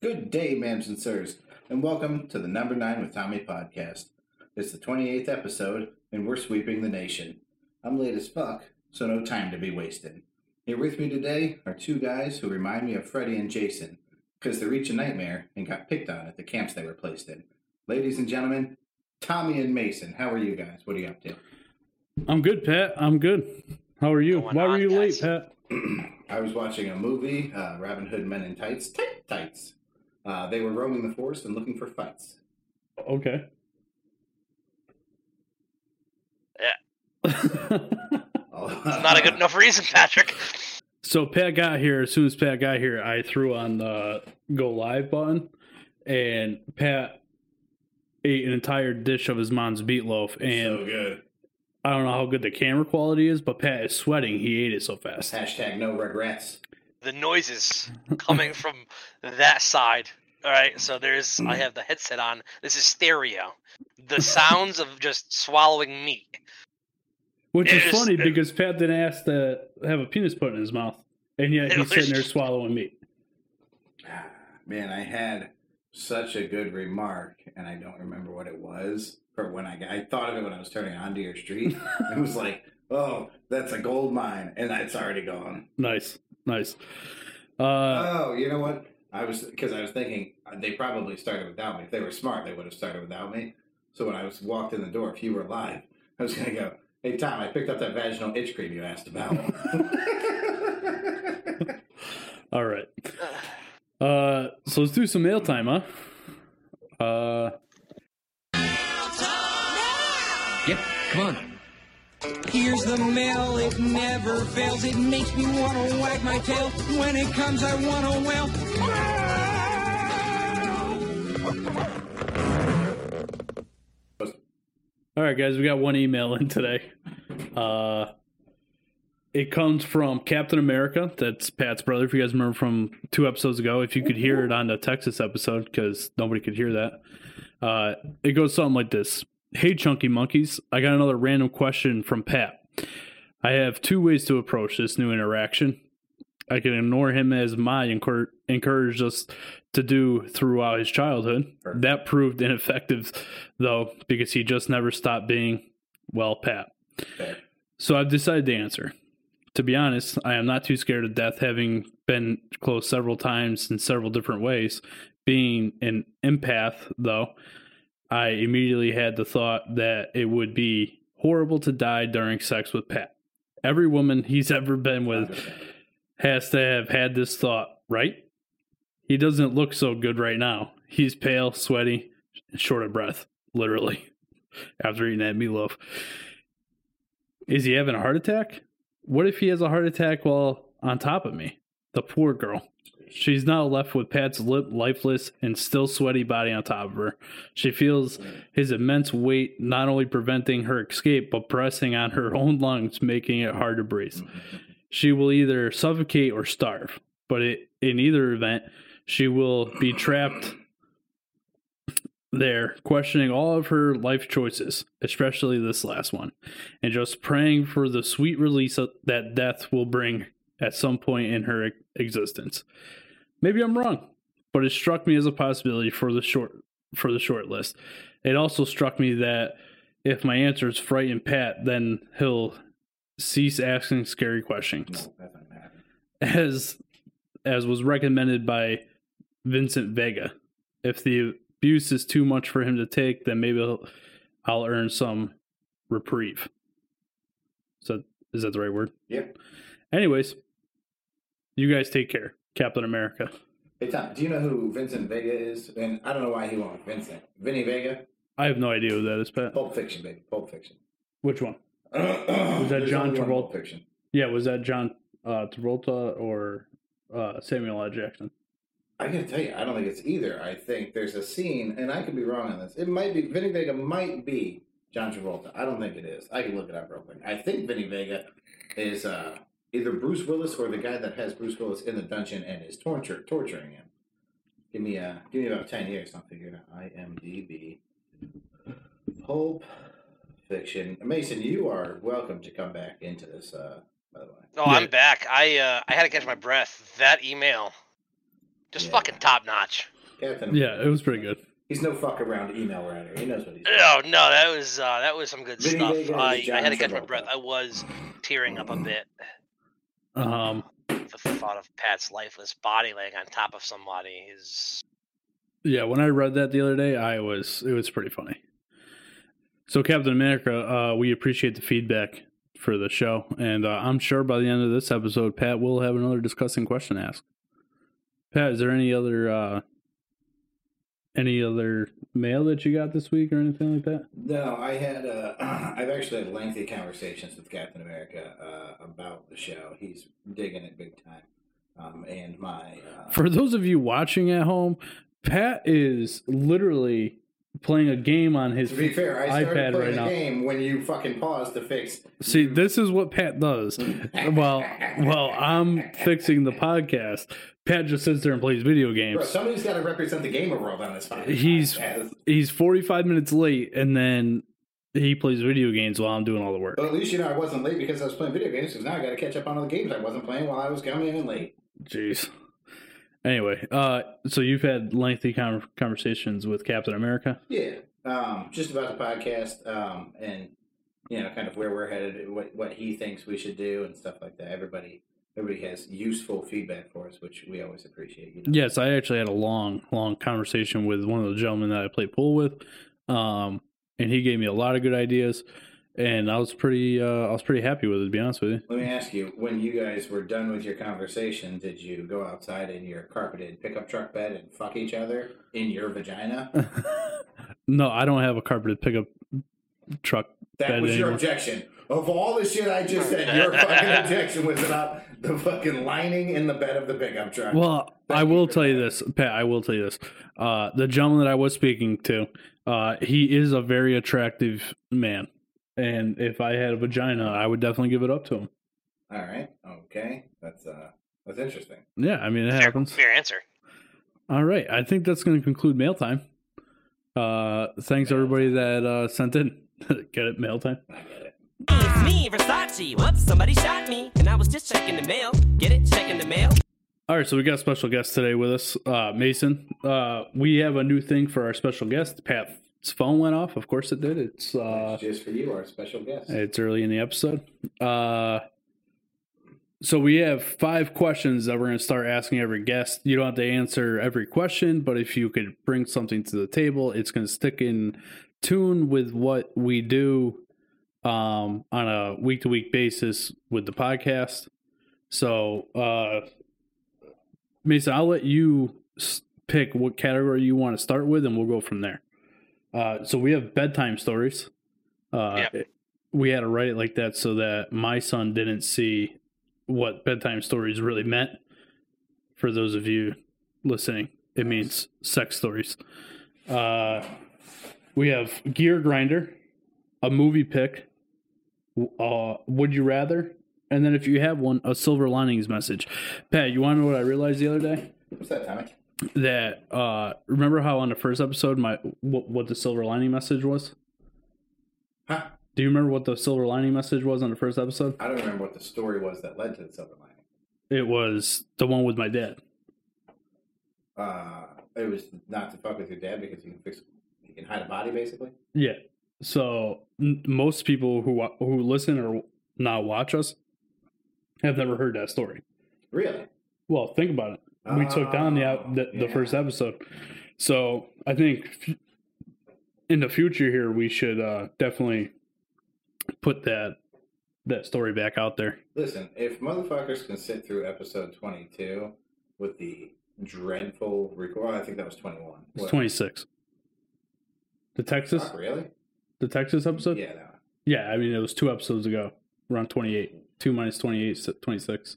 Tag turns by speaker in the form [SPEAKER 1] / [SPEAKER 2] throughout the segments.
[SPEAKER 1] Good day, ma'ams and sirs, and welcome to the Number Nine with Tommy podcast. It's the 28th episode, and we're sweeping the nation. I'm late as fuck, so no time to be wasted. Here with me today are two guys who remind me of Freddie and Jason, because they're each a nightmare and got picked on at the camps they were placed in. Ladies and gentlemen, Tommy and Mason, how are you guys? What are you up to?
[SPEAKER 2] I'm good, Pat. I'm good. How are you?
[SPEAKER 3] Going
[SPEAKER 2] Why were
[SPEAKER 3] on,
[SPEAKER 2] you late,
[SPEAKER 3] guys?
[SPEAKER 2] Pat?
[SPEAKER 1] I was watching a movie, uh, Robin Hood Men in Tights, tight tights. Uh, they were roaming the forest and looking for fights.
[SPEAKER 2] Okay.
[SPEAKER 3] It's not a good enough reason, Patrick.
[SPEAKER 2] so Pat got here. As soon as Pat got here, I threw on the go live button, and Pat ate an entire dish of his mom's meatloaf. And
[SPEAKER 1] so good.
[SPEAKER 2] I don't know how good the camera quality is, but Pat is sweating. He ate it so fast.
[SPEAKER 1] Hashtag no regrets.
[SPEAKER 3] The noises coming from that side. All right, so there's. I have the headset on. This is stereo. The sounds of just swallowing meat.
[SPEAKER 2] Which
[SPEAKER 3] It
[SPEAKER 2] is
[SPEAKER 3] is-
[SPEAKER 2] funny because Pat didn't ask to have a penis put in his mouth, and yet
[SPEAKER 3] It
[SPEAKER 2] he's sitting there
[SPEAKER 3] was-
[SPEAKER 2] swallowing meat.
[SPEAKER 1] Man, I had such a good remark, and I don't remember what it was. Or when I, I thought of it when I was turning onto your street, it was like, "Oh, that's a gold mine," and it's already gone.
[SPEAKER 2] Nice, nice. Uh,
[SPEAKER 1] Oh, you know what? I was because I was thinking uh, they probably started without me. If they were smart, they would have started without me. So when I was walked in the door, if you were alive, I was gonna go, "Hey Tom, I picked up that vaginal itch cream you asked about."
[SPEAKER 2] all right. Uh, so let's do some mail time, huh? Uh,
[SPEAKER 4] Yep, come on. Here's the mail, it never fails. It makes me want to wag my tail. When it comes, I want to wail.
[SPEAKER 2] all right, guys, we got one email in today. Uh, it comes from Captain America. That's Pat's brother. If you guys remember from two episodes ago, if you could hear it on the Texas episode, because nobody could hear that. Uh, it goes something like this Hey, Chunky Monkeys, I got another random question from Pat. I have two ways to approach this new interaction. I can ignore him as my encour- encouraged us to do throughout his childhood.
[SPEAKER 1] Perfect.
[SPEAKER 2] That proved ineffective, though, because he just never stopped being, well, Pat.
[SPEAKER 1] Fair.
[SPEAKER 2] So I've decided to answer. To be honest, I am not too scared of death, having been close several times in several different ways. Being an empath, though, I immediately had the thought that it would be horrible to die during sex with Pat. Every woman he's ever been with has to have had this thought, right? He doesn't look so good right now. He's pale, sweaty, and short of breath, literally, after eating that meatloaf. Is he having a heart attack? What if he has a heart attack while on top of me? The poor girl. She's now left with Pat's lip lifeless and still sweaty body on top of her. She feels his immense weight not only preventing her escape, but pressing on her own lungs, making it hard to breathe. She will either suffocate or starve, but it, in either event, she will be trapped there, questioning all of her life choices, especially this last one, and just praying for the sweet release of- that death will bring at some point in her e- existence. Maybe I'm wrong, but it struck me as a possibility for the short for the short list. It also struck me that if my answers frighten Pat, then he'll cease asking scary questions
[SPEAKER 1] No, that's not happening.
[SPEAKER 2] as as was recommended by Vincent Vega. If the abuse is too much for him to take, then maybe I'll, I'll earn some reprieve. So is that the right word?
[SPEAKER 1] Yep.
[SPEAKER 2] Anyways, you guys take care, Captain America.
[SPEAKER 1] Hey Tom, do you know who Vincent Vega is? And I don't know why he went with Vincent. Vinny Vega,
[SPEAKER 2] I have no idea who that is, Pat.
[SPEAKER 1] Pulp Fiction, baby, Pulp Fiction.
[SPEAKER 2] Which one?
[SPEAKER 1] was
[SPEAKER 2] that John Travolta?
[SPEAKER 1] Pulp Fiction.
[SPEAKER 2] Yeah, was that John uh, Travolta or uh, Samuel L. Jackson?
[SPEAKER 1] I gotta tell you, I don't think it's either. I think there's a scene, and I could be wrong on this. It might be Vinny Vega might be John Travolta. I don't think it is. I can look it up real quick. I think Vinny Vega is uh, either Bruce Willis or the guy that has Bruce Willis in the dungeon and is torture torturing him. Give me uh, give me about ten years. I'll figure it out. IMDb, Pulp Fiction. Mason, you are welcome to come back into this. Uh, by the way,
[SPEAKER 3] No,
[SPEAKER 2] Yeah.
[SPEAKER 3] Oh, I'm back. I uh, I had to catch my breath. That email, just
[SPEAKER 1] Yeah.
[SPEAKER 3] fucking top notch.
[SPEAKER 1] Captain.
[SPEAKER 2] Yeah, it was pretty good.
[SPEAKER 1] He's no fuck around email writer. He knows what he's doing.
[SPEAKER 3] Oh no, that was uh, that was some good
[SPEAKER 1] Vinny
[SPEAKER 3] stuff.
[SPEAKER 1] Vega
[SPEAKER 3] I,
[SPEAKER 1] is
[SPEAKER 3] I had to
[SPEAKER 1] John
[SPEAKER 3] catch my
[SPEAKER 1] Travolta.
[SPEAKER 3] breath. I was tearing up a bit
[SPEAKER 2] Um,
[SPEAKER 3] at the thought of Pat's lifeless body laying on top of somebody. Is
[SPEAKER 2] Yeah, when I read that the other day, I was it was pretty funny. So Captain America, uh, we appreciate the feedback for the show, and uh, I'm sure by the end of this episode, Pat will have another discussing question asked. Pat, is there any other uh, any other mail that you got this week or anything like that?
[SPEAKER 1] No, I had. Uh, I've actually had lengthy conversations with Captain America uh, about the show. He's digging it big time. Um, and my uh,
[SPEAKER 2] For those of you watching at home, Pat is literally playing a game on his
[SPEAKER 1] to be fair, I started
[SPEAKER 2] iPad
[SPEAKER 1] playing
[SPEAKER 2] right
[SPEAKER 1] the
[SPEAKER 2] now.
[SPEAKER 1] game when you fucking paused to fix.
[SPEAKER 2] See, this is what Pat does. Well, well, I'm fixing the podcast. Pat just sits there and plays video
[SPEAKER 1] Bro,
[SPEAKER 2] games.
[SPEAKER 1] somebody's got to represent the gamer world on this. podcast.
[SPEAKER 2] Uh, He's-
[SPEAKER 1] As-
[SPEAKER 2] He's 45 minutes late, and then he plays video games while I'm doing all the work.
[SPEAKER 1] But at least you know I wasn't late because I was playing video games. Because now I got to catch up on all the games I wasn't playing while I was coming in late.
[SPEAKER 2] Jeez. Anyway, uh, so you've had lengthy con- conversations with Captain America.
[SPEAKER 1] Yeah, um, just about the podcast um, and you know kind of where we're headed, what what he thinks we should do and stuff like that. Everybody everybody has useful feedback for us, which we always appreciate. You know?
[SPEAKER 2] Yes, I actually had a long, long conversation with one of the gentlemen that I play pool with, um, and he gave me a lot of good ideas, and I was pretty, uh, I was pretty happy with it. To be honest with you.
[SPEAKER 1] Let me ask you: When you guys were done with your conversation, did you go outside in your carpeted pickup truck bed and fuck each other in your vagina?
[SPEAKER 2] no, I don't have a carpeted pickup truck.
[SPEAKER 1] That
[SPEAKER 2] Bed
[SPEAKER 1] was your
[SPEAKER 2] anymore.
[SPEAKER 1] objection. Of all the shit I just said, your fucking objection was about the fucking lining in the bed of the pickup truck.
[SPEAKER 2] Well,
[SPEAKER 1] Thank
[SPEAKER 2] I
[SPEAKER 1] you
[SPEAKER 2] will
[SPEAKER 1] for
[SPEAKER 2] tell you
[SPEAKER 1] that.
[SPEAKER 2] this, Pat. I will tell you this. Uh, the gentleman that I was speaking to, uh, he is a very attractive man, and if I had a vagina, I would definitely give it up to him.
[SPEAKER 1] all right, okay, that's uh, that's interesting.
[SPEAKER 2] Yeah, I mean it
[SPEAKER 3] fair,
[SPEAKER 2] happens.
[SPEAKER 3] fair answer.
[SPEAKER 2] All right, I think that's going to conclude mail time. Uh, thanks everybody that uh, sent in. Get it, mail time.
[SPEAKER 1] I get it.
[SPEAKER 4] It's me, Versace. Whoops, somebody shot me. And I was just checking the mail. Get it? Checking the mail.
[SPEAKER 2] All right, so we got a special guest today with us, uh, Mason. Uh, we have a new thing for our special guest. Pat's phone went off. Of course it did. It's uh,
[SPEAKER 1] It's just for you, our special guest.
[SPEAKER 2] it's early in the episode. Uh, so we have five questions that we're going to start asking every guest. You don't have to answer every question, but if you could bring something to the table, it's going to stick in tune with what we do um, on a week to week basis with the podcast. So, uh, Mason, I'll let you s- pick what category you want to start with, and we'll go from there. Uh, so we have bedtime stories. Uh, We had to write it like that so that my son didn't see what bedtime stories really meant. For those of you listening, it means sex stories. Uh, we have Gear Grinder, a movie pick, uh, Would You Rather, and then if you have one, a Silver Linings message. Pat, you want to know what I realized the other day?
[SPEAKER 1] What's that, Tommy?
[SPEAKER 2] That uh, remember how on the first episode, my what, what the Silver Lining message was?
[SPEAKER 1] Huh?
[SPEAKER 2] Do you remember what the Silver Lining message was on the first episode?
[SPEAKER 1] I don't remember what the story was that led to the silver lining.
[SPEAKER 2] It was the one with my dad.
[SPEAKER 1] Uh, it was not to fuck with your dad because you can fix, you can hide a body basically.
[SPEAKER 2] Yeah. So n- most people who wa- who listen or now watch us have never heard that story.
[SPEAKER 1] Really?
[SPEAKER 2] Well, think about it. we took down the
[SPEAKER 1] Oh,
[SPEAKER 2] the, the
[SPEAKER 1] yeah.
[SPEAKER 2] first episode. So I think f- in the future here we should uh, definitely put that that story back out there.
[SPEAKER 1] Listen, if motherfuckers can sit through episode 22 with the dreadful record, well, I think that was 21.
[SPEAKER 2] It's
[SPEAKER 1] What?
[SPEAKER 2] twenty six. The Texas
[SPEAKER 1] Fuck, really?
[SPEAKER 2] the Texas episode.
[SPEAKER 1] Yeah, that one.
[SPEAKER 2] Yeah, I mean it was two episodes ago. Around twenty eight. Two minus 28 is 26.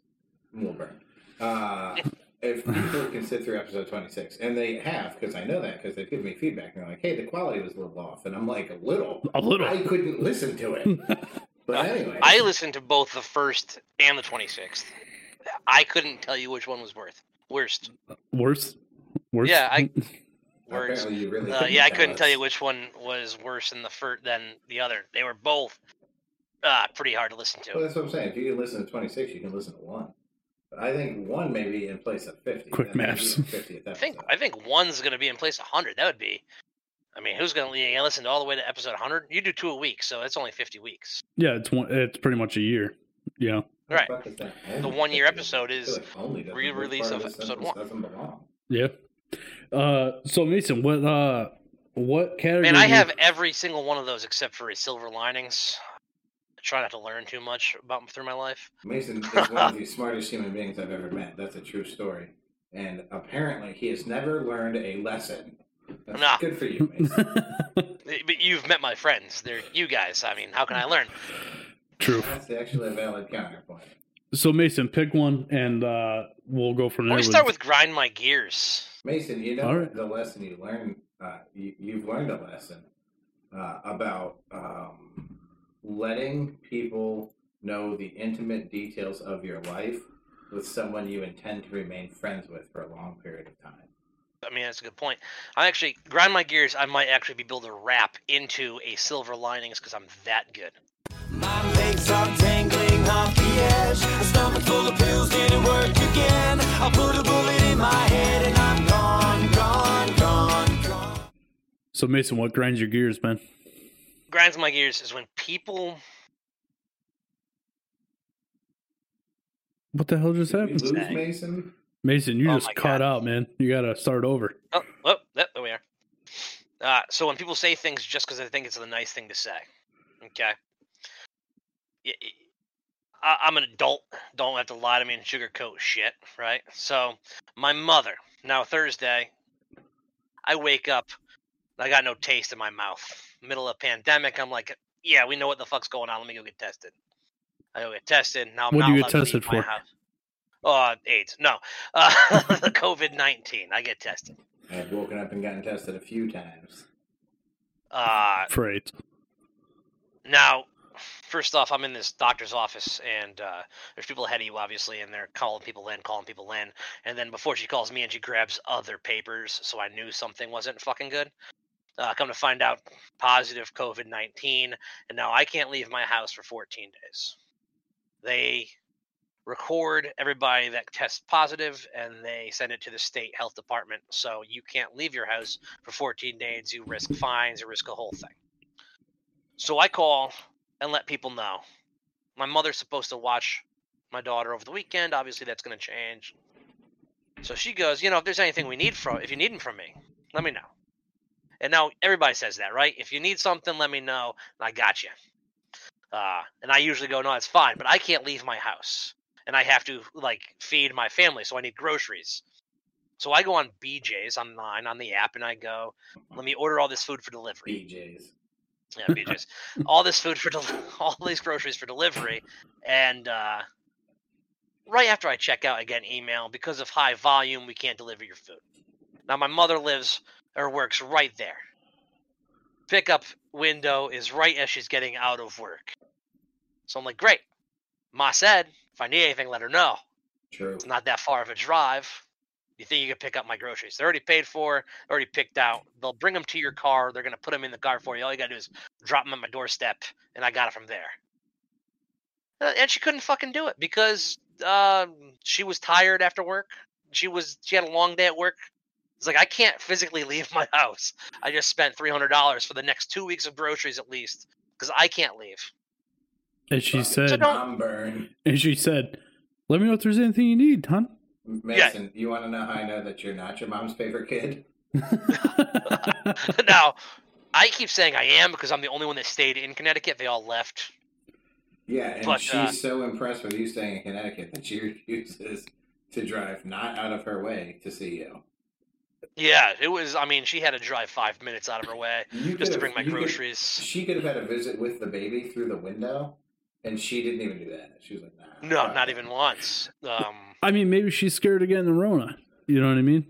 [SPEAKER 1] We'll burn. Uh, if people can sit through episode 26, and they have, because I know that, because they've given me feedback, and they're like, hey, the quality was a little off. And I'm like, a little?
[SPEAKER 2] A little.
[SPEAKER 1] I couldn't listen to it. but anyway.
[SPEAKER 3] I listened to both the first and the twenty sixth. I couldn't tell you which one was worth worst.
[SPEAKER 2] Worse. Worse.
[SPEAKER 3] Yeah, I words.
[SPEAKER 1] Apparently you really
[SPEAKER 3] Uh, yeah, I couldn't tell
[SPEAKER 1] us.
[SPEAKER 3] you which one was worse than the fir- than the other. They were both uh, pretty hard to listen
[SPEAKER 1] Well,
[SPEAKER 3] to.
[SPEAKER 1] that's what I'm saying. If you can listen to 26, you can listen to one. But I think one may be in place of 50.
[SPEAKER 2] Quick
[SPEAKER 1] That may be
[SPEAKER 2] maps.
[SPEAKER 1] the 50th
[SPEAKER 3] I think
[SPEAKER 1] episode.
[SPEAKER 3] I think one's gonna be in place of hundred. That would be. I mean, who's gonna li- listen all the way to episode hundred? You do two a week, so that's only fifty weeks.
[SPEAKER 2] Yeah, it's one. It's pretty much a year. You know.
[SPEAKER 1] What
[SPEAKER 3] Right.
[SPEAKER 1] the fuck is that
[SPEAKER 3] The
[SPEAKER 1] only
[SPEAKER 3] one-year
[SPEAKER 1] 50?
[SPEAKER 3] episode
[SPEAKER 1] I feel
[SPEAKER 3] is
[SPEAKER 1] like only doesn't-
[SPEAKER 3] re-release
[SPEAKER 1] part
[SPEAKER 3] of
[SPEAKER 1] this
[SPEAKER 3] episode
[SPEAKER 1] sentence
[SPEAKER 3] one.
[SPEAKER 1] Doesn't belong.
[SPEAKER 2] Yeah. Uh. So Mason, what uh, what category?
[SPEAKER 3] Man, I have every single one of those except for a silver linings. I try not to learn too much about through my life.
[SPEAKER 1] Mason is one of the smartest human beings I've ever met. That's a true story. And apparently, he has never learned a lesson. That's
[SPEAKER 3] Nah.
[SPEAKER 1] good for you, Mason.
[SPEAKER 3] Eh, But you've met my friends. They're you guys. I mean, how can I learn?
[SPEAKER 2] True.
[SPEAKER 1] That's actually a valid counterpoint.
[SPEAKER 2] So Mason, pick one, and uh, we'll go from
[SPEAKER 3] Let
[SPEAKER 2] there.
[SPEAKER 3] me start with grind my gears.
[SPEAKER 1] Mason, you know
[SPEAKER 2] All right.
[SPEAKER 1] the lesson you learned. Uh, you, you've learned a lesson uh, about um, letting people know the intimate details of your life with someone you intend to remain friends with for a long period of time.
[SPEAKER 3] I mean, that's a good point. I actually grind my gears. I might actually be able to wrap into a silver linings because I'm that good.
[SPEAKER 4] My legs are dangling off the edge. A stomach full of pills didn't work again. I put a bullet in my head and I'm gone, gone, gone, gone.
[SPEAKER 2] so Mason, what grinds your gears, man?
[SPEAKER 3] Grinds my gears is when people.
[SPEAKER 2] What the hell just
[SPEAKER 1] Did we
[SPEAKER 2] happened?
[SPEAKER 1] lose
[SPEAKER 3] Dang.
[SPEAKER 1] Mason?
[SPEAKER 2] Mason, you
[SPEAKER 3] Oh
[SPEAKER 2] just
[SPEAKER 3] my
[SPEAKER 2] caught
[SPEAKER 3] God.
[SPEAKER 2] out, man. You gotta start over.
[SPEAKER 3] Oh, oh, there there we are. Uh, so when people say things just because they think it's the nice thing to say, okay. Y- y- I- I'm an adult. Don't have to lie to me and sugarcoat shit, right? So my mother. Now Thursday, I wake up. I got no taste in my mouth. Middle of pandemic. I'm like, yeah, we know what the fuck's going on. Let me go get tested. I go get tested. Now I'm
[SPEAKER 2] What do
[SPEAKER 3] not
[SPEAKER 2] you get
[SPEAKER 3] allowed to leave
[SPEAKER 2] tested
[SPEAKER 3] my
[SPEAKER 2] for?
[SPEAKER 3] house. Oh, AIDS. No, uh, the COVID nineteen. I get tested.
[SPEAKER 1] I've woken up and gotten tested a few times.
[SPEAKER 3] Uh,
[SPEAKER 2] Freight.
[SPEAKER 3] now, first off, I'm in this doctor's office, and uh, there's people ahead of you, obviously, and they're calling people in, calling people in. And then before she calls me in, she grabs other papers, so I knew something wasn't fucking good. Uh, come to find out, positive COVID 19, and now I can't leave my house for 14 days. They record everybody that tests positive and they send it to the state health department. So you can't leave your house for 14 days. You risk fines, you risk a whole thing. So I call and let people know. My mother's supposed to watch my daughter over the weekend. Obviously, that's going to change. So she goes, you know, if there's anything we need from, if you need 'em from me, let me know. And now everybody says that, right? If you need something, let me know. And I got you. Uh, and I usually go, no, it's fine, but I can't leave my house, and I have to like feed my family, so I need groceries. So I go on BJ's online on the app, and I go, let me order all this food for delivery.
[SPEAKER 1] BJ's.
[SPEAKER 3] Yeah, BJ's. all this food for del- all these groceries for delivery, and uh, right after I check out, I get an email because of high volume, we can't deliver your food. Now my mother lives or works right there. Pickup window is right as she's getting out of work, so I'm like, great. Ma said, if I need anything, let her know.
[SPEAKER 1] True.
[SPEAKER 3] It's not that far of a drive. You think you can pick up my groceries? They're already paid for, already picked out. They'll bring them to your car. They're gonna put them in the car for you. All you gotta do is drop them at my doorstep, and I got it from there. Uh, And she couldn't fucking do it because um, she was tired after work. She was she had a long day at work. It's like I can't physically leave my house. I just spent three hundred dollars for the next two weeks of groceries at least because I can't leave.
[SPEAKER 2] And she said,
[SPEAKER 3] Uh, don't-
[SPEAKER 1] Mom burn.
[SPEAKER 2] and she said, "Let me know if there's anything you need, hon."
[SPEAKER 1] Mason, you want to know how I know that you're not your mom's favorite kid?
[SPEAKER 3] now, I keep saying I am because I'm the only one that stayed in Connecticut. They all left.
[SPEAKER 1] Yeah, and
[SPEAKER 3] But,
[SPEAKER 1] she's
[SPEAKER 3] uh,
[SPEAKER 1] so impressed with you staying in Connecticut that she refuses to drive not out of her way to see you.
[SPEAKER 3] Yeah, it was. I mean, she had to drive five minutes out of her way
[SPEAKER 1] You
[SPEAKER 3] just
[SPEAKER 1] could've-
[SPEAKER 3] to bring my
[SPEAKER 1] you could-
[SPEAKER 3] groceries.
[SPEAKER 1] she could have had a visit with the baby through the window, and she didn't even do that. She was like, nah.
[SPEAKER 3] No,
[SPEAKER 1] fuck
[SPEAKER 3] not
[SPEAKER 1] it.
[SPEAKER 3] even once. Um,
[SPEAKER 2] I mean, maybe she's scared of getting the Rona. You know what I mean?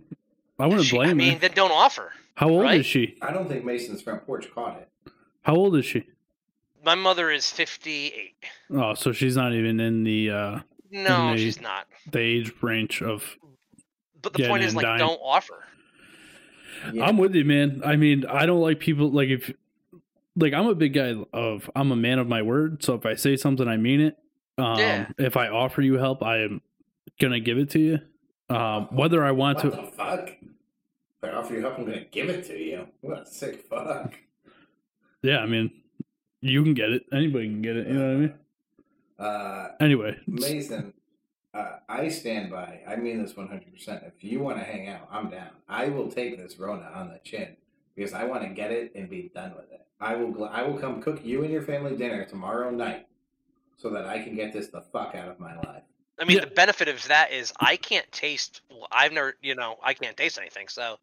[SPEAKER 2] I wouldn't
[SPEAKER 3] she-
[SPEAKER 2] blame
[SPEAKER 3] I mean,
[SPEAKER 2] her.
[SPEAKER 3] then don't offer.
[SPEAKER 2] How old
[SPEAKER 3] right?
[SPEAKER 2] is she?
[SPEAKER 1] I don't think Mason's front porch caught it.
[SPEAKER 2] How old is she?
[SPEAKER 3] My mother is fifty-eight.
[SPEAKER 2] Oh, so she's not even in the uh
[SPEAKER 3] No,
[SPEAKER 2] Maybe.
[SPEAKER 3] she's not.
[SPEAKER 2] the age range of.
[SPEAKER 3] But the
[SPEAKER 2] Getting
[SPEAKER 3] point is,
[SPEAKER 2] and
[SPEAKER 3] like,
[SPEAKER 2] dying.
[SPEAKER 3] don't offer.
[SPEAKER 1] Yeah.
[SPEAKER 2] I'm with you, man. I mean, I don't like people like if like I'm a big guy of I'm a man of my word. So if I say something, I mean it. Um,
[SPEAKER 3] Yeah.
[SPEAKER 2] If I offer you help, I am gonna give it to you.
[SPEAKER 3] Oh,
[SPEAKER 2] Um, whether I want
[SPEAKER 1] What
[SPEAKER 2] to,
[SPEAKER 1] the fuck? Better offer you help. I'm gonna give it to you. What a sick fuck.
[SPEAKER 2] yeah, I mean, you can get it. Anybody can get it. You know what I mean?
[SPEAKER 1] Uh,
[SPEAKER 2] Anyway,
[SPEAKER 1] Mason, uh, I stand by. I mean this 100. percent If you want to hang out, I'm down. I will take this Rona on the chin because I want to get it and be done with it. I will. Gl- I will come cook you and your family dinner tomorrow night so that I can get this the fuck out of my life.
[SPEAKER 3] I mean,
[SPEAKER 2] Yeah.
[SPEAKER 3] the benefit of that is I can't taste. I've never, you know, I can't taste anything. So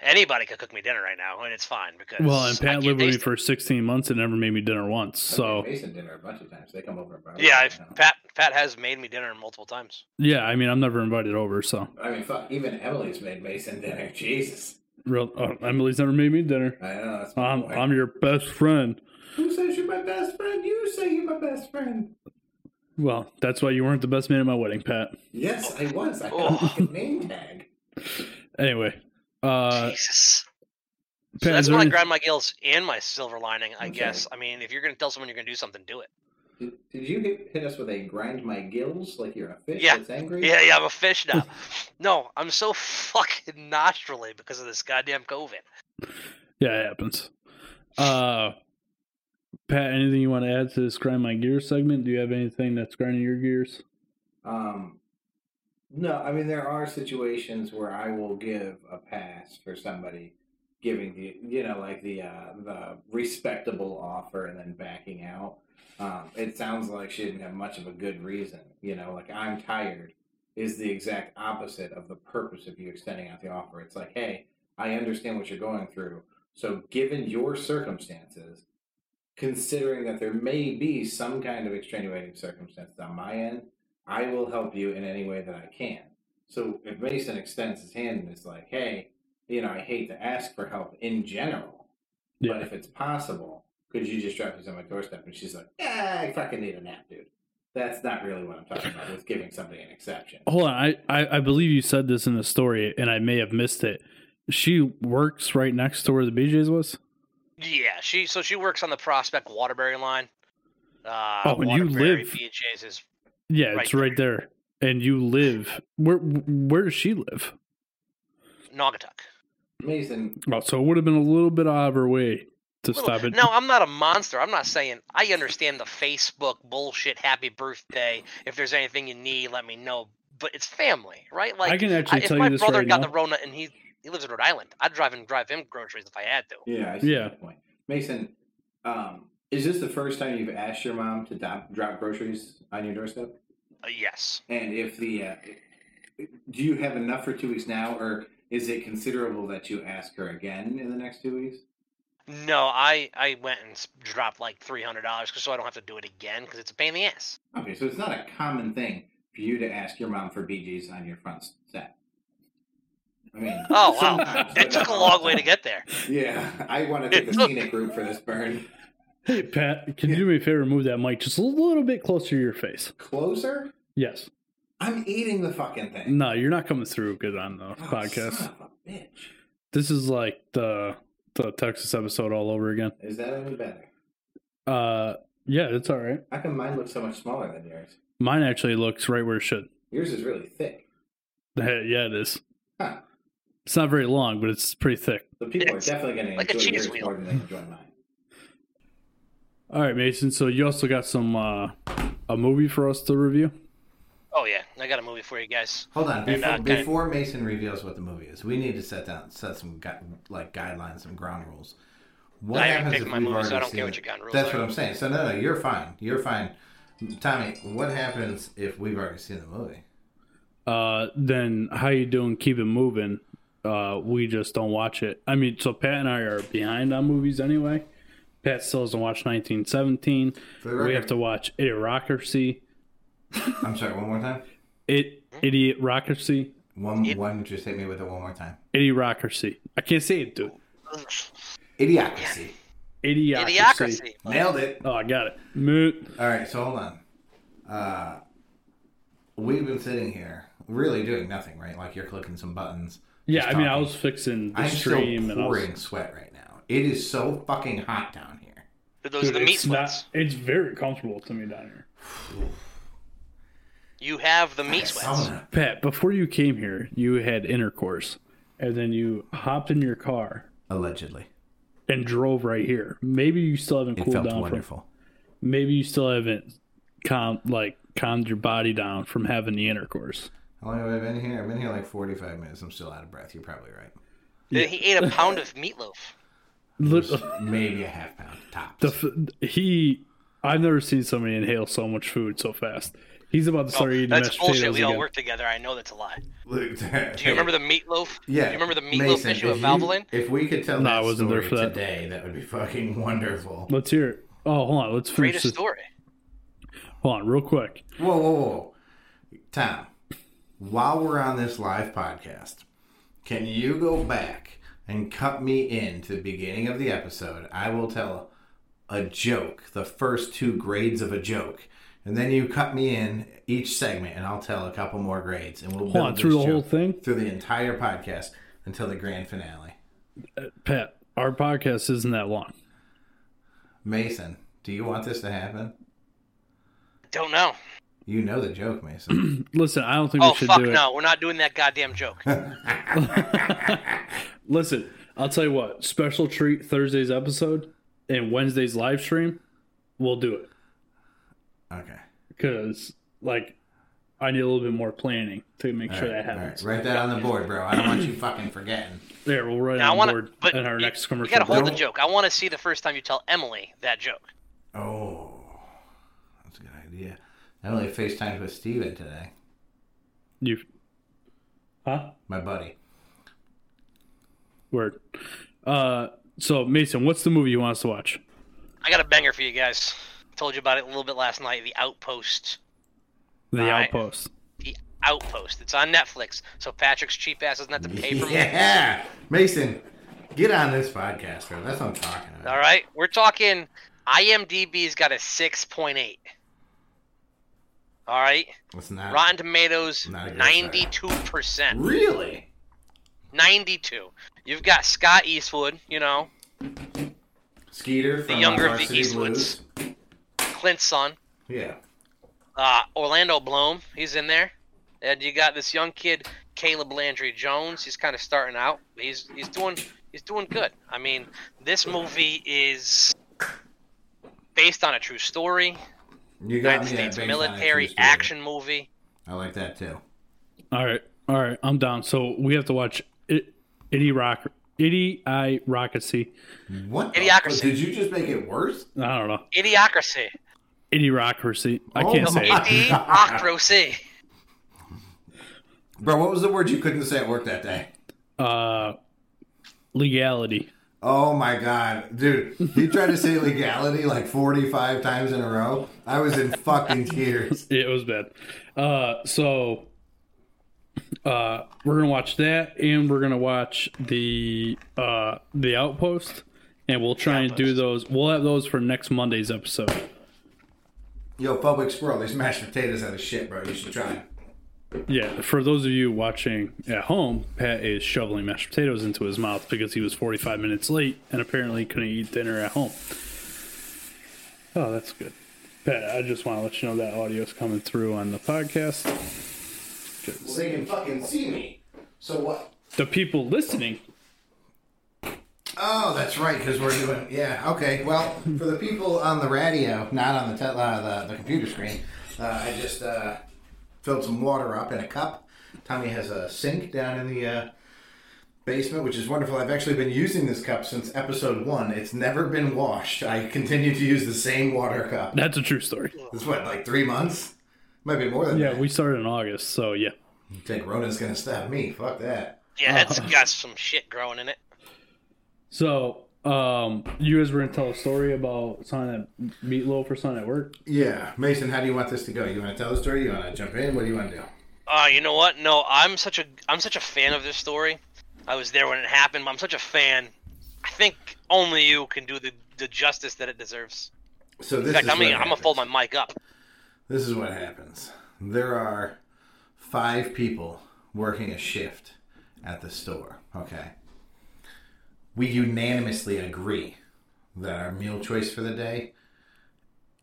[SPEAKER 3] anybody could cook me dinner right now, and it's fine because.
[SPEAKER 2] well, and Pat
[SPEAKER 3] I can't
[SPEAKER 2] lived with me
[SPEAKER 3] taste it.
[SPEAKER 2] for 16 months and never made me dinner once.
[SPEAKER 1] I've
[SPEAKER 2] So
[SPEAKER 1] made Mason dinner a bunch of times. They come over. And borrow
[SPEAKER 3] Yeah,
[SPEAKER 1] it,
[SPEAKER 3] I've,
[SPEAKER 1] you know.
[SPEAKER 3] Pat Pat has made me dinner multiple times.
[SPEAKER 2] yeah, I mean, I'm never invited over. So
[SPEAKER 1] I mean, fuck. Even Emily's made Mason dinner. Jesus.
[SPEAKER 2] real oh, Emily's never made me dinner.
[SPEAKER 1] I know.
[SPEAKER 3] Oh,
[SPEAKER 1] That's my
[SPEAKER 2] I'm
[SPEAKER 1] point.
[SPEAKER 2] I'm your best friend.
[SPEAKER 1] Who says you're my best friend? You say you're my best friend.
[SPEAKER 2] Well, that's why you weren't the best man at my wedding, Pat.
[SPEAKER 1] Yes, I was. I had a
[SPEAKER 3] Oh.
[SPEAKER 1] fucking name tag.
[SPEAKER 2] Anyway, uh,
[SPEAKER 3] Jesus. So
[SPEAKER 2] Pat, is
[SPEAKER 3] that's
[SPEAKER 2] there
[SPEAKER 3] when I
[SPEAKER 2] any-
[SPEAKER 3] grind my gills and my silver lining, I
[SPEAKER 1] Okay.
[SPEAKER 3] guess. I mean, if you're going to tell someone you're going to do something, do it.
[SPEAKER 1] Did, did you hit, hit us with a grind my gills like you're a fish
[SPEAKER 3] Yeah.
[SPEAKER 1] that's angry?
[SPEAKER 3] Yeah, yeah, I'm a fish now. no, I'm so fucking nostrily because of this goddamn COVID.
[SPEAKER 2] yeah, it happens. Uh, Pat, anything you want to add to this grind my gears segment? Do you have anything that's grinding your gears?
[SPEAKER 1] Um, no, I mean there are situations where I will give a pass for somebody giving the you know like the uh, the respectable offer and then backing out. Um, it sounds like she didn't have much of a good reason. You know, like I'm tired is the exact opposite of the purpose of you extending out the offer. It's like, hey, I understand what you're going through. So, given your circumstances, considering that there may be some kind of extenuating circumstances on my end, I will help you in any way that I can. So if Mason extends his hand and is like, hey, you know, I hate to ask for help in general, but if it's possible, could you just drop these on my doorstep? And she's like, yeah, I fucking need a nap, dude. That's not really what I'm talking about with giving somebody an exception.
[SPEAKER 2] Hold on, I, I I believe you said this in the story, and I may have missed it. She works right next to where the BJ's was.
[SPEAKER 3] Yeah, she so she works on the Prospect Waterbury line. Uh,
[SPEAKER 2] Oh, and you
[SPEAKER 3] Waterbury
[SPEAKER 2] live-
[SPEAKER 3] BJ's is
[SPEAKER 2] Yeah, it's
[SPEAKER 3] Right
[SPEAKER 2] right there. And you live where? Where does she live?
[SPEAKER 3] Naugatuck.
[SPEAKER 1] Mason,
[SPEAKER 2] Oh, so it would have been a little bit out of her way to
[SPEAKER 3] Little-
[SPEAKER 2] stop it.
[SPEAKER 3] No, I'm not a monster. I'm not saying I understand the Facebook bullshit. Happy birthday. If there's anything you need, let me know. But it's family, right? Like
[SPEAKER 2] I can
[SPEAKER 3] I-
[SPEAKER 2] actually
[SPEAKER 3] if
[SPEAKER 2] tell
[SPEAKER 3] my
[SPEAKER 2] you this
[SPEAKER 3] brother
[SPEAKER 2] right
[SPEAKER 3] got
[SPEAKER 2] now.
[SPEAKER 3] the Rona and he he lives in Rhode Island, I'd drive and drive him groceries if I had to.
[SPEAKER 1] yeah, I see
[SPEAKER 2] Yeah.
[SPEAKER 1] that point. Mason, um, is this the first time you've asked your mom to drop, drop groceries on your doorstep?
[SPEAKER 3] Uh, yes.
[SPEAKER 1] And if the uh, do you have enough for two weeks now, or is it considerable that you ask her again in the next two weeks?
[SPEAKER 3] No, I I went and s- dropped like three hundred dollars so I don't have to do it again because it's a pain in the ass.
[SPEAKER 1] Okay, so it's not a common thing for you to ask your mom for BGs on your front step. I mean,
[SPEAKER 3] Oh wow,
[SPEAKER 1] sometimes, but
[SPEAKER 3] it took a
[SPEAKER 1] not
[SPEAKER 3] long
[SPEAKER 1] all
[SPEAKER 3] way
[SPEAKER 1] the
[SPEAKER 3] to get there.
[SPEAKER 1] time. Yeah, I want to take the scenic route for this burn.
[SPEAKER 2] Hey Pat, can you do me a favor? and Move that mic just a little bit closer to your face.
[SPEAKER 1] Closer?
[SPEAKER 2] Yes.
[SPEAKER 1] I'm eating the fucking thing.
[SPEAKER 2] No, you're not coming through good on the
[SPEAKER 1] Oh,
[SPEAKER 2] Mm, podcast.
[SPEAKER 1] son of a bitch.
[SPEAKER 2] This is like the the Texas episode all over again.
[SPEAKER 1] Is that any better?
[SPEAKER 2] Uh, yeah, it's all right.
[SPEAKER 1] How come mine looks so much smaller than yours?
[SPEAKER 2] Mine actually looks right where it should.
[SPEAKER 1] Yours is really thick.
[SPEAKER 2] Yeah, it is.
[SPEAKER 1] Huh.
[SPEAKER 2] It's not very long, but it's pretty thick.
[SPEAKER 1] The people
[SPEAKER 3] It's
[SPEAKER 1] are definitely going to
[SPEAKER 3] like a
[SPEAKER 1] enjoy
[SPEAKER 3] cheese
[SPEAKER 1] yours
[SPEAKER 3] wheel.
[SPEAKER 1] more than they enjoy mine.
[SPEAKER 2] All right, Mason. So you also got some uh, a movie for us to review.
[SPEAKER 3] Oh yeah, I got a movie for you guys.
[SPEAKER 1] Hold on,
[SPEAKER 3] And,
[SPEAKER 1] before,
[SPEAKER 3] uh, kinda-
[SPEAKER 1] before Mason reveals what the movie is, we need to set down set some gui- like guidelines, some ground rules. What
[SPEAKER 3] I already
[SPEAKER 1] happens
[SPEAKER 3] picked
[SPEAKER 1] if
[SPEAKER 3] my
[SPEAKER 1] we've
[SPEAKER 3] movie, so I
[SPEAKER 1] already
[SPEAKER 3] don't care
[SPEAKER 1] seen
[SPEAKER 3] what
[SPEAKER 1] it?
[SPEAKER 3] your ground rules
[SPEAKER 1] That's
[SPEAKER 3] are.
[SPEAKER 1] what I'm saying. So no, no, you're fine. You're fine. Tommy, what happens if we've already seen the movie?
[SPEAKER 2] Uh, then how you doing? Keep it moving. Uh, we just don't watch it. I mean, so Pat and I are behind on movies anyway. Pat still doesn't watch 1917.
[SPEAKER 1] For the
[SPEAKER 2] We have
[SPEAKER 1] record-
[SPEAKER 2] to watch Idiocracy.
[SPEAKER 1] I'm sorry. One more time.
[SPEAKER 2] It Idiocracy.
[SPEAKER 1] One, one. Just hit me with it one more time.
[SPEAKER 2] Idiocracy. I can't say it, dude.
[SPEAKER 1] Idiocracy.
[SPEAKER 2] Idiocracy.
[SPEAKER 3] Idiocracy.
[SPEAKER 1] Nailed it.
[SPEAKER 2] Oh, I got it. Moot.
[SPEAKER 1] All right. So hold on. Uh, we've been sitting here, really doing nothing, right? Like you're clicking some buttons.
[SPEAKER 2] Yeah,
[SPEAKER 1] just
[SPEAKER 2] I mean, I
[SPEAKER 1] talking.
[SPEAKER 2] was fixing the
[SPEAKER 1] I'm
[SPEAKER 2] stream
[SPEAKER 1] still
[SPEAKER 2] and I was.
[SPEAKER 1] pouring sweat right now. It is so fucking hot down here.
[SPEAKER 3] Those
[SPEAKER 2] Dude,
[SPEAKER 3] are the meat
[SPEAKER 2] it's, not,
[SPEAKER 3] splits.
[SPEAKER 2] it's very comfortable to me down here.
[SPEAKER 3] You have the meat sweats.
[SPEAKER 2] Pat, before you came here, you had intercourse, and then you hopped in your car
[SPEAKER 1] Allegedly,
[SPEAKER 2] and drove right here. Maybe you still haven't
[SPEAKER 1] it
[SPEAKER 2] cooled
[SPEAKER 1] felt
[SPEAKER 2] down from.
[SPEAKER 1] wonderful.
[SPEAKER 2] Maybe you still haven't calm like calmed your body down from having the intercourse.
[SPEAKER 1] How long have I been here? I've been here like forty-five minutes. I'm still out of breath. You're probably right.
[SPEAKER 3] He ate a pound of meatloaf.
[SPEAKER 2] Lit-
[SPEAKER 1] Maybe a half pound tops.
[SPEAKER 2] the f- he, I've never seen somebody inhale so much food so fast. He's about to
[SPEAKER 3] Oh,
[SPEAKER 2] start eating
[SPEAKER 3] that's
[SPEAKER 2] mashed
[SPEAKER 3] bullshit.
[SPEAKER 2] potatoes
[SPEAKER 3] We all
[SPEAKER 2] again.
[SPEAKER 3] work together. I know that's a lie.
[SPEAKER 1] Do
[SPEAKER 3] Do you remember the meatloaf?
[SPEAKER 1] Yeah.
[SPEAKER 3] Do you remember the meatloaf
[SPEAKER 1] Mason,
[SPEAKER 3] issue of
[SPEAKER 1] if
[SPEAKER 3] Valvoline?
[SPEAKER 1] You, if we could tell
[SPEAKER 2] No,
[SPEAKER 1] that
[SPEAKER 2] I wasn't there
[SPEAKER 1] story
[SPEAKER 2] for that.
[SPEAKER 1] today, that would be fucking wonderful.
[SPEAKER 2] Let's hear it. Oh, hold on. Let's finish
[SPEAKER 3] Greatest
[SPEAKER 2] this.
[SPEAKER 3] story.
[SPEAKER 2] Hold on, real quick.
[SPEAKER 1] Whoa, whoa, whoa. Tom, while we're on this live podcast, can you go back and cut me in to the beginning of the episode? I will tell a joke, the first two grades of a joke. And then you cut me in each segment, and I'll tell a couple more grades, and we'll
[SPEAKER 2] Hold on,
[SPEAKER 1] build
[SPEAKER 2] through
[SPEAKER 1] this
[SPEAKER 2] the whole
[SPEAKER 1] joke
[SPEAKER 2] thing?
[SPEAKER 1] through the entire podcast until the grand finale.
[SPEAKER 2] Pat, our podcast isn't that long.
[SPEAKER 1] Mason, do you want this to happen?
[SPEAKER 3] Don't know.
[SPEAKER 1] You know the joke, Mason.
[SPEAKER 2] Listen, I don't think
[SPEAKER 3] Oh
[SPEAKER 2] we should
[SPEAKER 3] fuck
[SPEAKER 2] do it.
[SPEAKER 3] no, we're not doing that goddamn joke.
[SPEAKER 2] Listen, I'll tell you what. Special treat Thursday's episode and Wednesday's live stream. We'll do it
[SPEAKER 1] okay.
[SPEAKER 2] because like I need a little bit more planning to make sure that
[SPEAKER 1] All right.
[SPEAKER 2] happens.
[SPEAKER 1] Write that on the board, bro. I don't want you fucking forgetting.
[SPEAKER 2] There, we'll write it
[SPEAKER 3] Now, I
[SPEAKER 2] on
[SPEAKER 3] want
[SPEAKER 2] board
[SPEAKER 3] to, but
[SPEAKER 2] in our
[SPEAKER 3] you-
[SPEAKER 2] next commercial.
[SPEAKER 3] You gotta hold
[SPEAKER 2] break.
[SPEAKER 3] the joke. I want to see the first time you tell Emily that joke.
[SPEAKER 1] Oh, that's a good idea. I only FaceTimed with Steven today,
[SPEAKER 2] You, huh?
[SPEAKER 1] my buddy.
[SPEAKER 2] Word. Uh, so Mason, what's the movie you want us to watch?
[SPEAKER 3] I got a banger for you guys. Told you about it a little bit last night. The Outpost.
[SPEAKER 2] The
[SPEAKER 3] I-
[SPEAKER 2] Outpost.
[SPEAKER 3] The Outpost. It's on Netflix. So Patrick's cheap ass doesn't have to pay for it.
[SPEAKER 1] Yeah, Mason, get on this podcast, bro. That's what I'm talking about.
[SPEAKER 3] All right, we're talking. IMDb's got a six point eight. All right,
[SPEAKER 1] It's not
[SPEAKER 3] Rotten Tomatoes
[SPEAKER 1] Not a good
[SPEAKER 3] ninety two percent.
[SPEAKER 1] really.
[SPEAKER 3] 92. You've got Scott Eastwood, you know,
[SPEAKER 1] Skeeter from uh,
[SPEAKER 3] younger of the
[SPEAKER 1] Varsity Blues.
[SPEAKER 3] Clint's son,
[SPEAKER 1] Yeah,
[SPEAKER 3] uh, Orlando Bloom, he's in there. And you got this young kid, Caleb Landry Jones. He's kind of starting out. He's he's doing he's doing good. I mean, this movie is based on a true story.
[SPEAKER 1] you got me
[SPEAKER 3] United
[SPEAKER 1] that
[SPEAKER 3] States
[SPEAKER 1] based on a true
[SPEAKER 3] military
[SPEAKER 1] story.
[SPEAKER 3] action movie.
[SPEAKER 1] I like that too.
[SPEAKER 2] All right, all right. I'm down. So we have to watch it. Itty Rock. Idiocracy.
[SPEAKER 1] What? the-
[SPEAKER 3] Idiocracy.
[SPEAKER 1] Did you just make it worse?
[SPEAKER 2] I don't know.
[SPEAKER 3] Idiocracy.
[SPEAKER 2] Idiocracy. I
[SPEAKER 1] Oh
[SPEAKER 2] can't
[SPEAKER 1] my-
[SPEAKER 2] say it.
[SPEAKER 3] Idiocracy.
[SPEAKER 1] Bro, what was the word you couldn't say at work that day?
[SPEAKER 2] uh legality
[SPEAKER 1] Oh my god, dude! He tried to say legality like forty-five times in a row. I was in fucking tears.
[SPEAKER 2] it was bad uh so uh we're gonna watch that and we're gonna watch the uh the outpost and we'll try and do those we'll have those for next monday's episode
[SPEAKER 1] Yo, public squirrel, these mashed potatoes are the shit, bro. You should try. 'em.
[SPEAKER 2] yeah for those of you watching at home pat is shoveling mashed potatoes into his mouth because he was 45 minutes late and apparently couldn't eat dinner at home oh that's good pat i just want to let you know that audio's coming through on the podcast
[SPEAKER 1] Well, they can fucking see me. So what?
[SPEAKER 2] the people listening
[SPEAKER 1] Oh, that's right, because we're doing. Yeah, okay. Well, for the people on the radio, not on the te- uh, the, the computer screen, uh, I just uh, filled some water up in a cup. Tommy has a sink down in the uh, basement, which is wonderful. I've actually been using this cup since episode one. It's never been washed. I continue to use the same water cup.
[SPEAKER 2] That's a true story.
[SPEAKER 1] It's what, like three months? Might be more than
[SPEAKER 2] Yeah,
[SPEAKER 1] that.
[SPEAKER 2] we started in August, so yeah.
[SPEAKER 1] Think Rona's gonna stab me? Fuck that.
[SPEAKER 3] Yeah, that's got some shit growing in it.
[SPEAKER 2] So, um, you guys were gonna tell a story about something that meatloaf or something at work.
[SPEAKER 1] Yeah, Mason, how do you want this to go? You want to tell the story? You want to jump in? What do you want to do?
[SPEAKER 3] Uh, you know what? No, I'm such a I'm such a fan of this story. I was there when it happened, but I'm such a fan. I think only you can do the, the justice that it deserves.
[SPEAKER 1] So this
[SPEAKER 3] In fact,
[SPEAKER 1] is
[SPEAKER 3] I mean,
[SPEAKER 1] what
[SPEAKER 3] I'm gonna
[SPEAKER 1] happens.
[SPEAKER 3] fold my mic up.
[SPEAKER 1] This is what happens. There are five people working a shift at the store. Okay. We unanimously agree that our meal choice for the day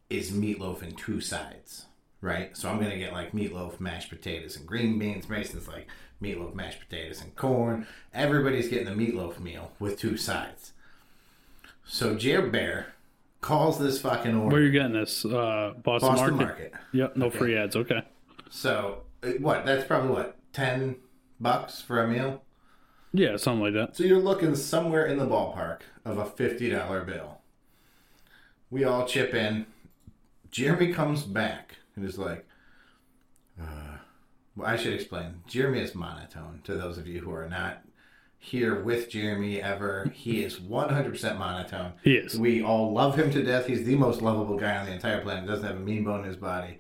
[SPEAKER 1] is meatloaf and two sides. right? So I'm gonna get like meatloaf, mashed potatoes, and green beans. Mason's like meatloaf, mashed potatoes, and corn. Everybody's getting the meatloaf meal with two sides. So Jer Bear calls this fucking order
[SPEAKER 2] Where are you getting this? Uh, Boston,
[SPEAKER 1] Boston
[SPEAKER 2] Market.
[SPEAKER 1] Market.
[SPEAKER 2] Yep, no free ads. Okay.
[SPEAKER 1] So uh, what? That's probably what ten bucks for a meal.
[SPEAKER 2] Yeah, something like that.
[SPEAKER 1] So you're looking somewhere in the ballpark of a $50 bill. We all chip in. Jeremy comes back and is like, uh, well, I should explain. Jeremy is monotone to those of you who are not here with Jeremy ever. He is 100% monotone.
[SPEAKER 2] He is.
[SPEAKER 1] We all love him to death. He's the most lovable guy on the entire planet. Doesn't have a mean bone in his body.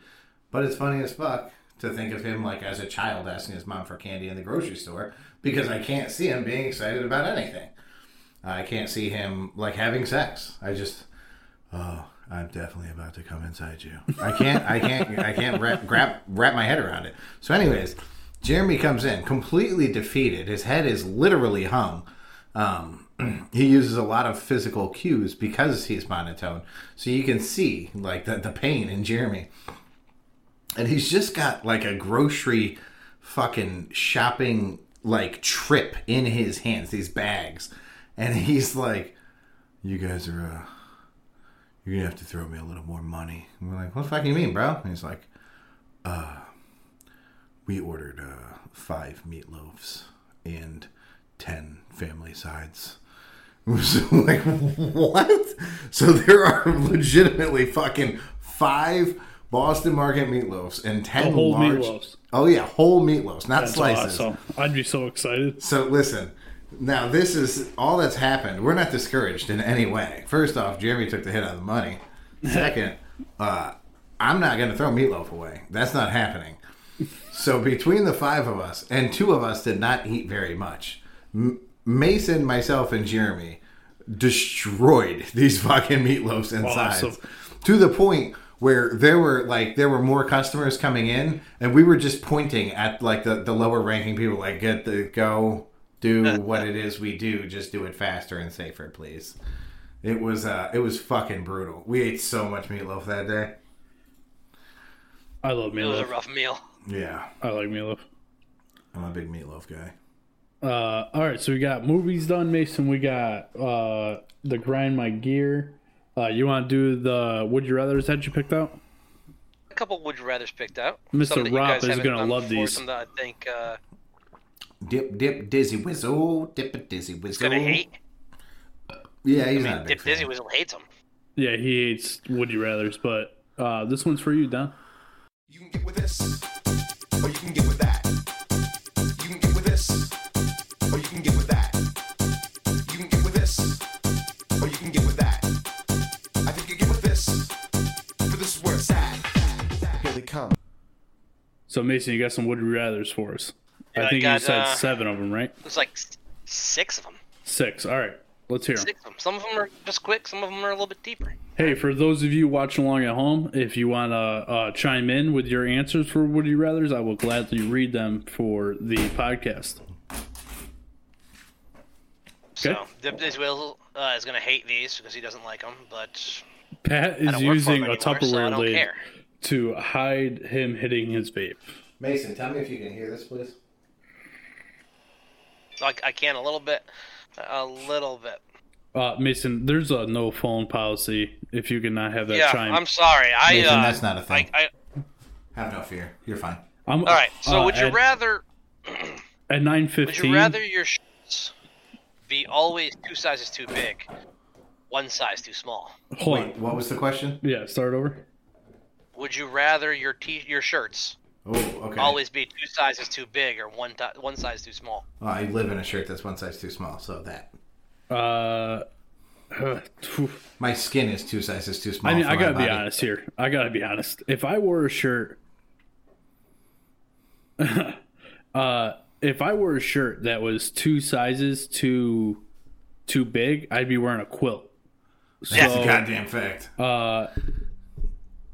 [SPEAKER 1] But it's funny as fuck to think of him like as a child asking his mom for candy in the grocery store because I can't see him being excited about anything. I can't see him like having sex. I just, oh, I'm definitely about to come inside you. I can't, I can't, I can't wrap, grab, wrap my head around it. So, anyways, Jeremy comes in completely defeated. His head is literally hung. Um, he uses a lot of physical cues because he's monotone. So you can see like the, the pain in Jeremy and he's just got like a grocery fucking shopping like trip in his hands these bags and he's like you guys are uh you're gonna have to throw me a little more money and we're like what the fuck you mean bro and he's like uh we ordered uh five meatloafs and ten family sides so like what? So there are legitimately fucking five Boston Market meatloafs and ten
[SPEAKER 2] whole
[SPEAKER 1] large.
[SPEAKER 2] meatloafs.
[SPEAKER 1] Oh yeah, whole meatloafs, not
[SPEAKER 2] That's
[SPEAKER 1] slices.
[SPEAKER 2] awesome. I'd be so excited.
[SPEAKER 1] So listen, now this is all that's happened. We're not discouraged in any way. First off, Jeremy took the hit on the money. Second, uh, I'm not going to throw meatloaf away. That's not happening. So between the five of us, and two of us did not eat very much. M- Mason, myself, and Jeremy destroyed these fucking meatloafs and
[SPEAKER 2] Awesome.
[SPEAKER 1] sides to the point where there were like there were more customers coming in and we were just pointing at like the, the lower ranking people like get the go do what it is we do just do it faster and safer please it was uh it was fucking brutal we ate so much meatloaf that day
[SPEAKER 2] I love
[SPEAKER 3] It was a
[SPEAKER 2] meatloaf.
[SPEAKER 3] rough meal.
[SPEAKER 1] yeah
[SPEAKER 2] I like meatloaf.
[SPEAKER 1] i'm a big meatloaf guy
[SPEAKER 2] Uh, all right, so we got movies done, Mason. We got uh, the grind my gear. Uh, you want to do the would you rather's that you picked out?
[SPEAKER 3] A couple would you rather's picked out.
[SPEAKER 2] Mr.
[SPEAKER 3] Some that you
[SPEAKER 2] Rob
[SPEAKER 3] guys
[SPEAKER 2] is
[SPEAKER 3] haven't
[SPEAKER 2] gonna
[SPEAKER 3] done
[SPEAKER 2] love
[SPEAKER 3] before,
[SPEAKER 2] these.
[SPEAKER 3] Some that I think uh,
[SPEAKER 1] dip dip dizzy whistle dip a dizzy whistle
[SPEAKER 3] gonna hate.
[SPEAKER 1] yeah he's not a big
[SPEAKER 3] Dip Dizzy
[SPEAKER 1] fan.
[SPEAKER 3] Whistle hates them.
[SPEAKER 2] Yeah, he hates would you rather's, but uh, this one's for you, Don.
[SPEAKER 5] You can get with this, or you can get with that. You can get with this, or you can get with that. You can get with this, or you can get with that. I think you get with this, for this is where it's at. Here they come.
[SPEAKER 2] So Mason, you got some would you rather's for us.
[SPEAKER 3] Yeah,
[SPEAKER 2] I
[SPEAKER 3] I
[SPEAKER 2] think you
[SPEAKER 3] got,
[SPEAKER 2] said
[SPEAKER 3] uh,
[SPEAKER 2] seven of them, right?
[SPEAKER 3] There's like s- six of them.
[SPEAKER 2] Six. All right, let's hear them.
[SPEAKER 3] Six of them. Some of them are just quick. Some of them are a little bit deeper.
[SPEAKER 2] Hey, for those of you watching along at home, if you want to uh, chime in with your answers for Would You Rathers, I will gladly read them for the podcast.
[SPEAKER 3] So
[SPEAKER 2] Okay.
[SPEAKER 3] Dip Dizzy Whistle uh, is gonna hate these because he doesn't like them. But
[SPEAKER 2] Pat
[SPEAKER 3] I
[SPEAKER 2] is
[SPEAKER 3] don't work for
[SPEAKER 2] using
[SPEAKER 3] him
[SPEAKER 2] a
[SPEAKER 3] anymore, so I
[SPEAKER 2] Tupperware
[SPEAKER 3] don't
[SPEAKER 2] lid
[SPEAKER 3] care.
[SPEAKER 2] to hide him hitting his vape.
[SPEAKER 1] mason tell me if you can hear this please
[SPEAKER 3] So I, I can a little bit, a little bit.
[SPEAKER 2] Uh, Mason, there's a no phone policy if you cannot have that
[SPEAKER 3] yeah,
[SPEAKER 2] chime.
[SPEAKER 3] I'm sorry. I
[SPEAKER 1] Nathan,
[SPEAKER 3] uh,
[SPEAKER 1] that's not a thing.
[SPEAKER 3] I, I,
[SPEAKER 1] have no fear you're fine
[SPEAKER 2] I'm-
[SPEAKER 3] all right. So
[SPEAKER 2] uh,
[SPEAKER 3] would you
[SPEAKER 2] at,
[SPEAKER 3] rather?
[SPEAKER 2] At 9.15,
[SPEAKER 3] Would you rather your shirts be always two sizes too big, one size too small?
[SPEAKER 2] hold on.
[SPEAKER 1] wait what was the question
[SPEAKER 2] Yeah, start over.
[SPEAKER 3] Would you rather your t- your shirts
[SPEAKER 1] oh okay
[SPEAKER 3] always be two sizes too big or one ti one size too small?
[SPEAKER 1] Well, Oh, I live in a shirt that's one size too small, so that
[SPEAKER 2] Uh, uh, phew.
[SPEAKER 1] my skin is two sizes too small.
[SPEAKER 2] I mean,
[SPEAKER 1] for
[SPEAKER 2] I
[SPEAKER 1] my
[SPEAKER 2] gotta be
[SPEAKER 1] body.
[SPEAKER 2] honest here. I gotta be honest. If I wore a shirt, uh, if I wore a shirt that was two sizes too too big, I'd be wearing a quilt. So
[SPEAKER 1] That's a goddamn fact.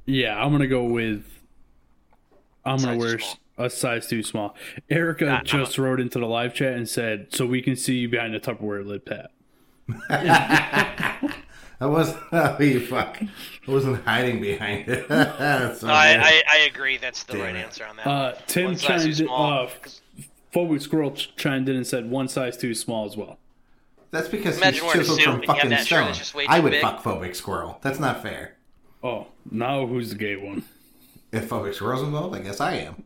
[SPEAKER 2] yeah, I'm gonna go with. I'm gonna
[SPEAKER 3] Size too
[SPEAKER 2] wear
[SPEAKER 3] small.
[SPEAKER 2] a size too small. Erica just wrote into the live chat and said, "So we can see you behind the Tupperware lid, Pat."
[SPEAKER 1] I wasn't. Oh, you fuck! I wasn't hiding behind it. That's so
[SPEAKER 3] No, I,
[SPEAKER 1] bad.
[SPEAKER 3] I, I agree. That's the
[SPEAKER 1] Damn
[SPEAKER 3] right
[SPEAKER 1] it.
[SPEAKER 3] answer on that.
[SPEAKER 2] Uh, Tim
[SPEAKER 3] One size too
[SPEAKER 2] chimed in.
[SPEAKER 3] small.
[SPEAKER 2] Uh, Forward Squirrel ch- chimed in and said one size too small as well.
[SPEAKER 1] That's because
[SPEAKER 3] Imagine
[SPEAKER 1] he's
[SPEAKER 3] wearing a
[SPEAKER 1] chiseled
[SPEAKER 3] suit
[SPEAKER 1] from
[SPEAKER 3] and you have
[SPEAKER 1] fucking
[SPEAKER 3] that shirt
[SPEAKER 1] stone.
[SPEAKER 3] that's just way
[SPEAKER 1] I
[SPEAKER 3] too
[SPEAKER 1] would
[SPEAKER 3] big.
[SPEAKER 1] fuck phobic squirrel. That's not fair.
[SPEAKER 2] Oh, now who's the gay one?
[SPEAKER 1] If phobic squirrel's involved, I guess I am.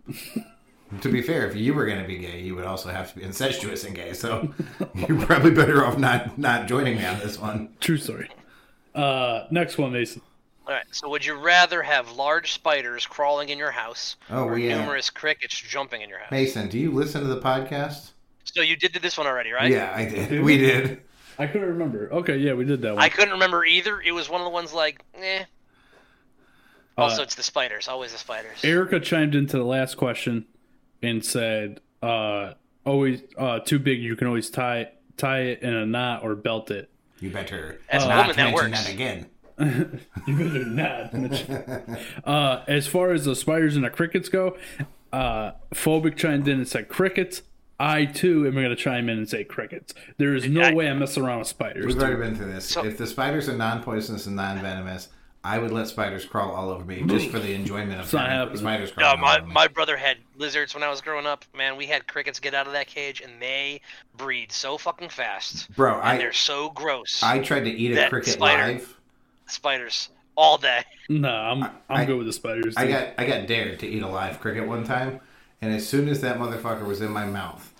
[SPEAKER 1] to be fair, if you were going to be gay, you would also have to be incestuous and gay. So you're probably better off not not joining me on this one.
[SPEAKER 2] True story. Uh, next one, Mason.
[SPEAKER 3] All right. So, would you rather have large spiders crawling in your house
[SPEAKER 1] Oh,
[SPEAKER 3] or
[SPEAKER 1] well, yeah.
[SPEAKER 3] numerous crickets jumping in your house?
[SPEAKER 1] Mason, do you listen to the podcast?
[SPEAKER 3] So you did this one already, right?
[SPEAKER 1] yeah, I did. We did.
[SPEAKER 2] I couldn't remember. Okay, yeah, we did that one.
[SPEAKER 3] I couldn't remember either. It was one of the ones like, eh.
[SPEAKER 1] uh,
[SPEAKER 3] Also, it's the spiders. Always the spiders.
[SPEAKER 2] Erica chimed into the last question and said, uh, "Always uh, too big. You can always tie tie it in a knot or belt it.
[SPEAKER 1] You better
[SPEAKER 3] As a
[SPEAKER 1] not
[SPEAKER 3] woman, that
[SPEAKER 1] mention
[SPEAKER 3] works.
[SPEAKER 1] that again.
[SPEAKER 2] You better not." uh, as far as the spiders and the crickets go, uh, phobic chimed in and said crickets. I too am going to chime in and say crickets. There is no
[SPEAKER 3] I-
[SPEAKER 2] way I'm messing around with spiders.
[SPEAKER 1] We've already been through this. if the spiders are non-poisonous and non-venomous, I would let spiders crawl all over me just for the enjoyment of
[SPEAKER 2] not
[SPEAKER 1] having
[SPEAKER 2] happening.
[SPEAKER 1] spiders
[SPEAKER 3] No,
[SPEAKER 1] crawling all
[SPEAKER 3] my,
[SPEAKER 1] over me.
[SPEAKER 3] my brother had lizards when I was growing up. Man, we had crickets get out of that cage, and they breed so fucking fast.
[SPEAKER 1] Bro,
[SPEAKER 3] and
[SPEAKER 1] I-
[SPEAKER 3] they're so gross.
[SPEAKER 1] I tried to eat a
[SPEAKER 3] That
[SPEAKER 1] cricket
[SPEAKER 3] spider.
[SPEAKER 1] live.
[SPEAKER 3] spiders all day.
[SPEAKER 2] No, I'm I'm
[SPEAKER 1] I-
[SPEAKER 2] good with the spiders.
[SPEAKER 1] I
[SPEAKER 2] dude.
[SPEAKER 1] got I got dared to eat a live cricket one time, and as soon as that motherfucker was in my mouth,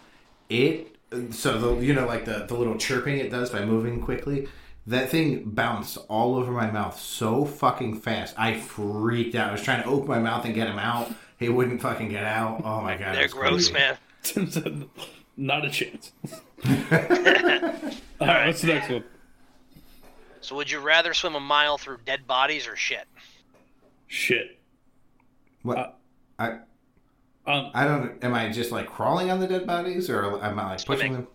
[SPEAKER 1] it so the you know like the the little chirping it does by moving quickly. That thing bounced all over my mouth so fucking fast. I freaked out. I was trying to open my mouth and get him out. He wouldn't fucking get out. Oh my god, it
[SPEAKER 3] They're
[SPEAKER 1] was
[SPEAKER 3] gross,
[SPEAKER 1] crazy.
[SPEAKER 3] man.
[SPEAKER 2] Tim said, "Not a chance." All right, what's the next one?
[SPEAKER 3] So, would you rather swim a mile through dead bodies or shit?
[SPEAKER 2] Shit.
[SPEAKER 1] What? I
[SPEAKER 2] Um,
[SPEAKER 1] I don't. Am I just like crawling on the dead bodies, or am I like pushing
[SPEAKER 3] Swimming.
[SPEAKER 1] them?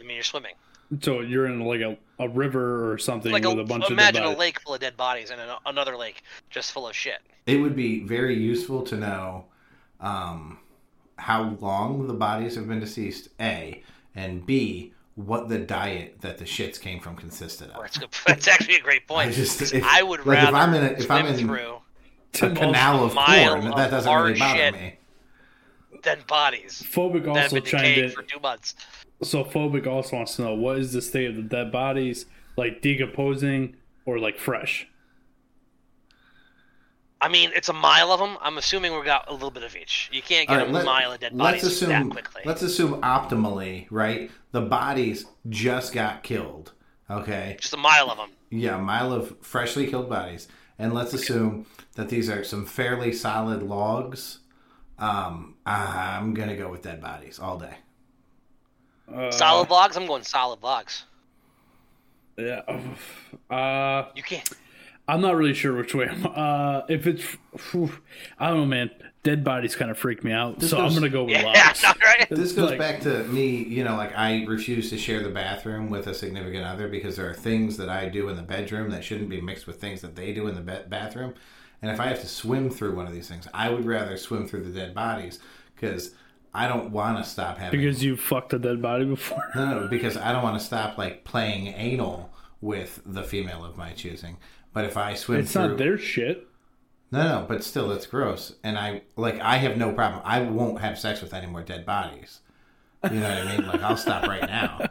[SPEAKER 3] I mean, you're swimming.
[SPEAKER 2] So you're in like a, a river or something
[SPEAKER 3] Like
[SPEAKER 2] with
[SPEAKER 3] a,
[SPEAKER 2] a bunch
[SPEAKER 3] imagine
[SPEAKER 2] of
[SPEAKER 3] a
[SPEAKER 2] dead
[SPEAKER 3] lake full of dead bodies and an, another lake just full of shit.
[SPEAKER 1] It would be very useful to know um, how long the bodies have been deceased. A and B, what the diet that the shits came from consisted of.
[SPEAKER 3] That's, good. that's actually a great point.
[SPEAKER 1] I
[SPEAKER 3] I,
[SPEAKER 1] just- if- like,
[SPEAKER 3] would
[SPEAKER 1] if
[SPEAKER 3] rather
[SPEAKER 1] I'm in a- if
[SPEAKER 3] swim
[SPEAKER 1] I'm in-
[SPEAKER 3] through
[SPEAKER 1] A canal of
[SPEAKER 3] mile
[SPEAKER 1] corn.
[SPEAKER 3] of
[SPEAKER 1] That doesn't really
[SPEAKER 3] hard
[SPEAKER 1] bother
[SPEAKER 3] shit.
[SPEAKER 1] me.
[SPEAKER 3] dead bodies
[SPEAKER 2] Phobic
[SPEAKER 3] that have
[SPEAKER 2] also
[SPEAKER 3] been
[SPEAKER 2] chimed
[SPEAKER 3] decaying
[SPEAKER 2] in.
[SPEAKER 3] for two months.
[SPEAKER 2] So phobic also wants to know what is the state of the dead bodies, like decomposing or like fresh.
[SPEAKER 3] I mean, it's a mile of them. I'm assuming we got a little bit of each. You can't
[SPEAKER 1] All
[SPEAKER 3] get
[SPEAKER 1] right,
[SPEAKER 3] a
[SPEAKER 1] let-
[SPEAKER 3] mile of dead
[SPEAKER 1] let's
[SPEAKER 3] bodies
[SPEAKER 1] assume.
[SPEAKER 3] that quickly.
[SPEAKER 1] Let's assume optimally, right? The bodies just got killed. Okay.
[SPEAKER 3] Just a mile of them.
[SPEAKER 1] Yeah, a mile of freshly killed bodies, and let's assume that these are some fairly solid logs. Um, I'm gonna go with dead bodies all day.
[SPEAKER 3] solid logs. I'm going solid logs.
[SPEAKER 2] Yeah. Uh,
[SPEAKER 3] You can't.
[SPEAKER 2] I'm not really sure which way. I'm, uh, if it's, phew, I don't know, man. Dead bodies kind of freak me out, so I'm
[SPEAKER 1] goes-
[SPEAKER 2] gonna go with
[SPEAKER 3] Yeah,
[SPEAKER 2] logs.
[SPEAKER 3] all right.
[SPEAKER 1] This goes
[SPEAKER 2] Like-
[SPEAKER 1] back to me, you know, like I refuse to share the bathroom with a significant other because there are things that I do in the bedroom that shouldn't be mixed with things that they do in the be- bathroom. And if I have to swim through one of these things, I would rather swim through the dead bodies because I don't want to stop having
[SPEAKER 2] Because you fucked a dead body before.
[SPEAKER 1] No, no, because I don't want to stop like playing anal with the female of my choosing. But if I swim
[SPEAKER 2] It's
[SPEAKER 1] through,
[SPEAKER 2] not their shit.
[SPEAKER 1] no, no, but still, that's gross. And I like, I have no problem. I won't have sex with any more dead bodies. You know what I mean? Like, I'll stop right now.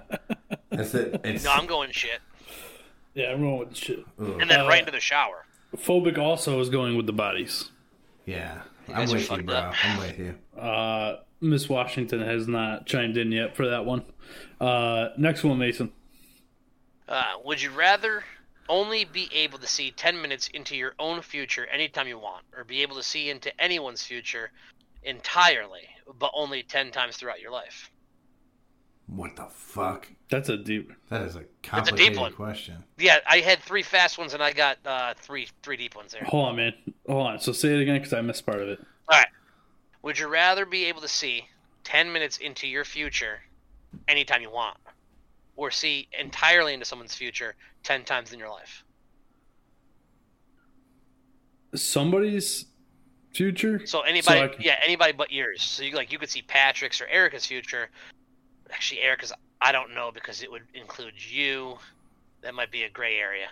[SPEAKER 1] That's it. It's
[SPEAKER 3] No, I'm going shit,
[SPEAKER 2] Yeah, I'm going with shit.
[SPEAKER 3] and then right into the shower.
[SPEAKER 2] Phobic also is going with the bodies.
[SPEAKER 1] yeah. I'm
[SPEAKER 3] guys are
[SPEAKER 1] with you,
[SPEAKER 3] fucked
[SPEAKER 1] bro.
[SPEAKER 3] up.
[SPEAKER 1] I'm with you.
[SPEAKER 2] Uh, Miss Washington has not chimed in yet for that one. Uh, next one, Mason.
[SPEAKER 3] Uh, would you rather only be able to see 10 minutes into your own future anytime you want, or be able to see into anyone's future entirely, but only 10 times throughout your life?
[SPEAKER 1] What the fuck?
[SPEAKER 2] That's a deep.
[SPEAKER 1] That is a
[SPEAKER 3] deep
[SPEAKER 1] complicated
[SPEAKER 3] one.
[SPEAKER 1] question.
[SPEAKER 3] Yeah, I had three fast ones and I got uh, three three deep ones there.
[SPEAKER 2] Hold on, man. Hold on. So say it again because I missed part of it.
[SPEAKER 3] All right. Would you rather be able to see 10 minutes into your future anytime you want, or see entirely into someone's future 10 times in your life?
[SPEAKER 2] Somebody's future.
[SPEAKER 3] So anybody,
[SPEAKER 2] I can-
[SPEAKER 3] yeah, anybody but yours. So you like you could see Patrick's or Erica's future. Actually, Erica's I don't know because it would include you. That might be a gray area.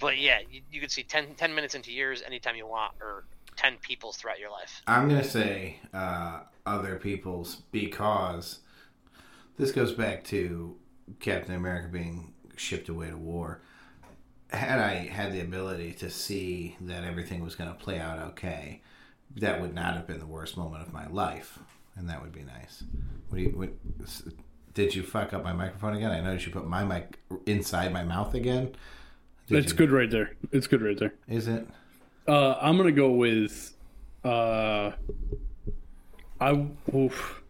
[SPEAKER 3] But yeah, you, you can see 10, 10 minutes into yours anytime you want, or ten people throughout your life.
[SPEAKER 1] I'm gonna say uh, other people's because this goes back to Captain America being shipped away to war. Had I had the ability to see that everything was gonna play out okay, that would not have been the worst moment of my life, and that would be nice. What do you? What, s- did you fuck up my microphone again? I noticed you put my mic inside my mouth again. Did
[SPEAKER 2] It's
[SPEAKER 1] you-
[SPEAKER 2] good right there. It's good right there.
[SPEAKER 1] Is it?
[SPEAKER 2] Uh, I'm gonna go with, uh, I oof.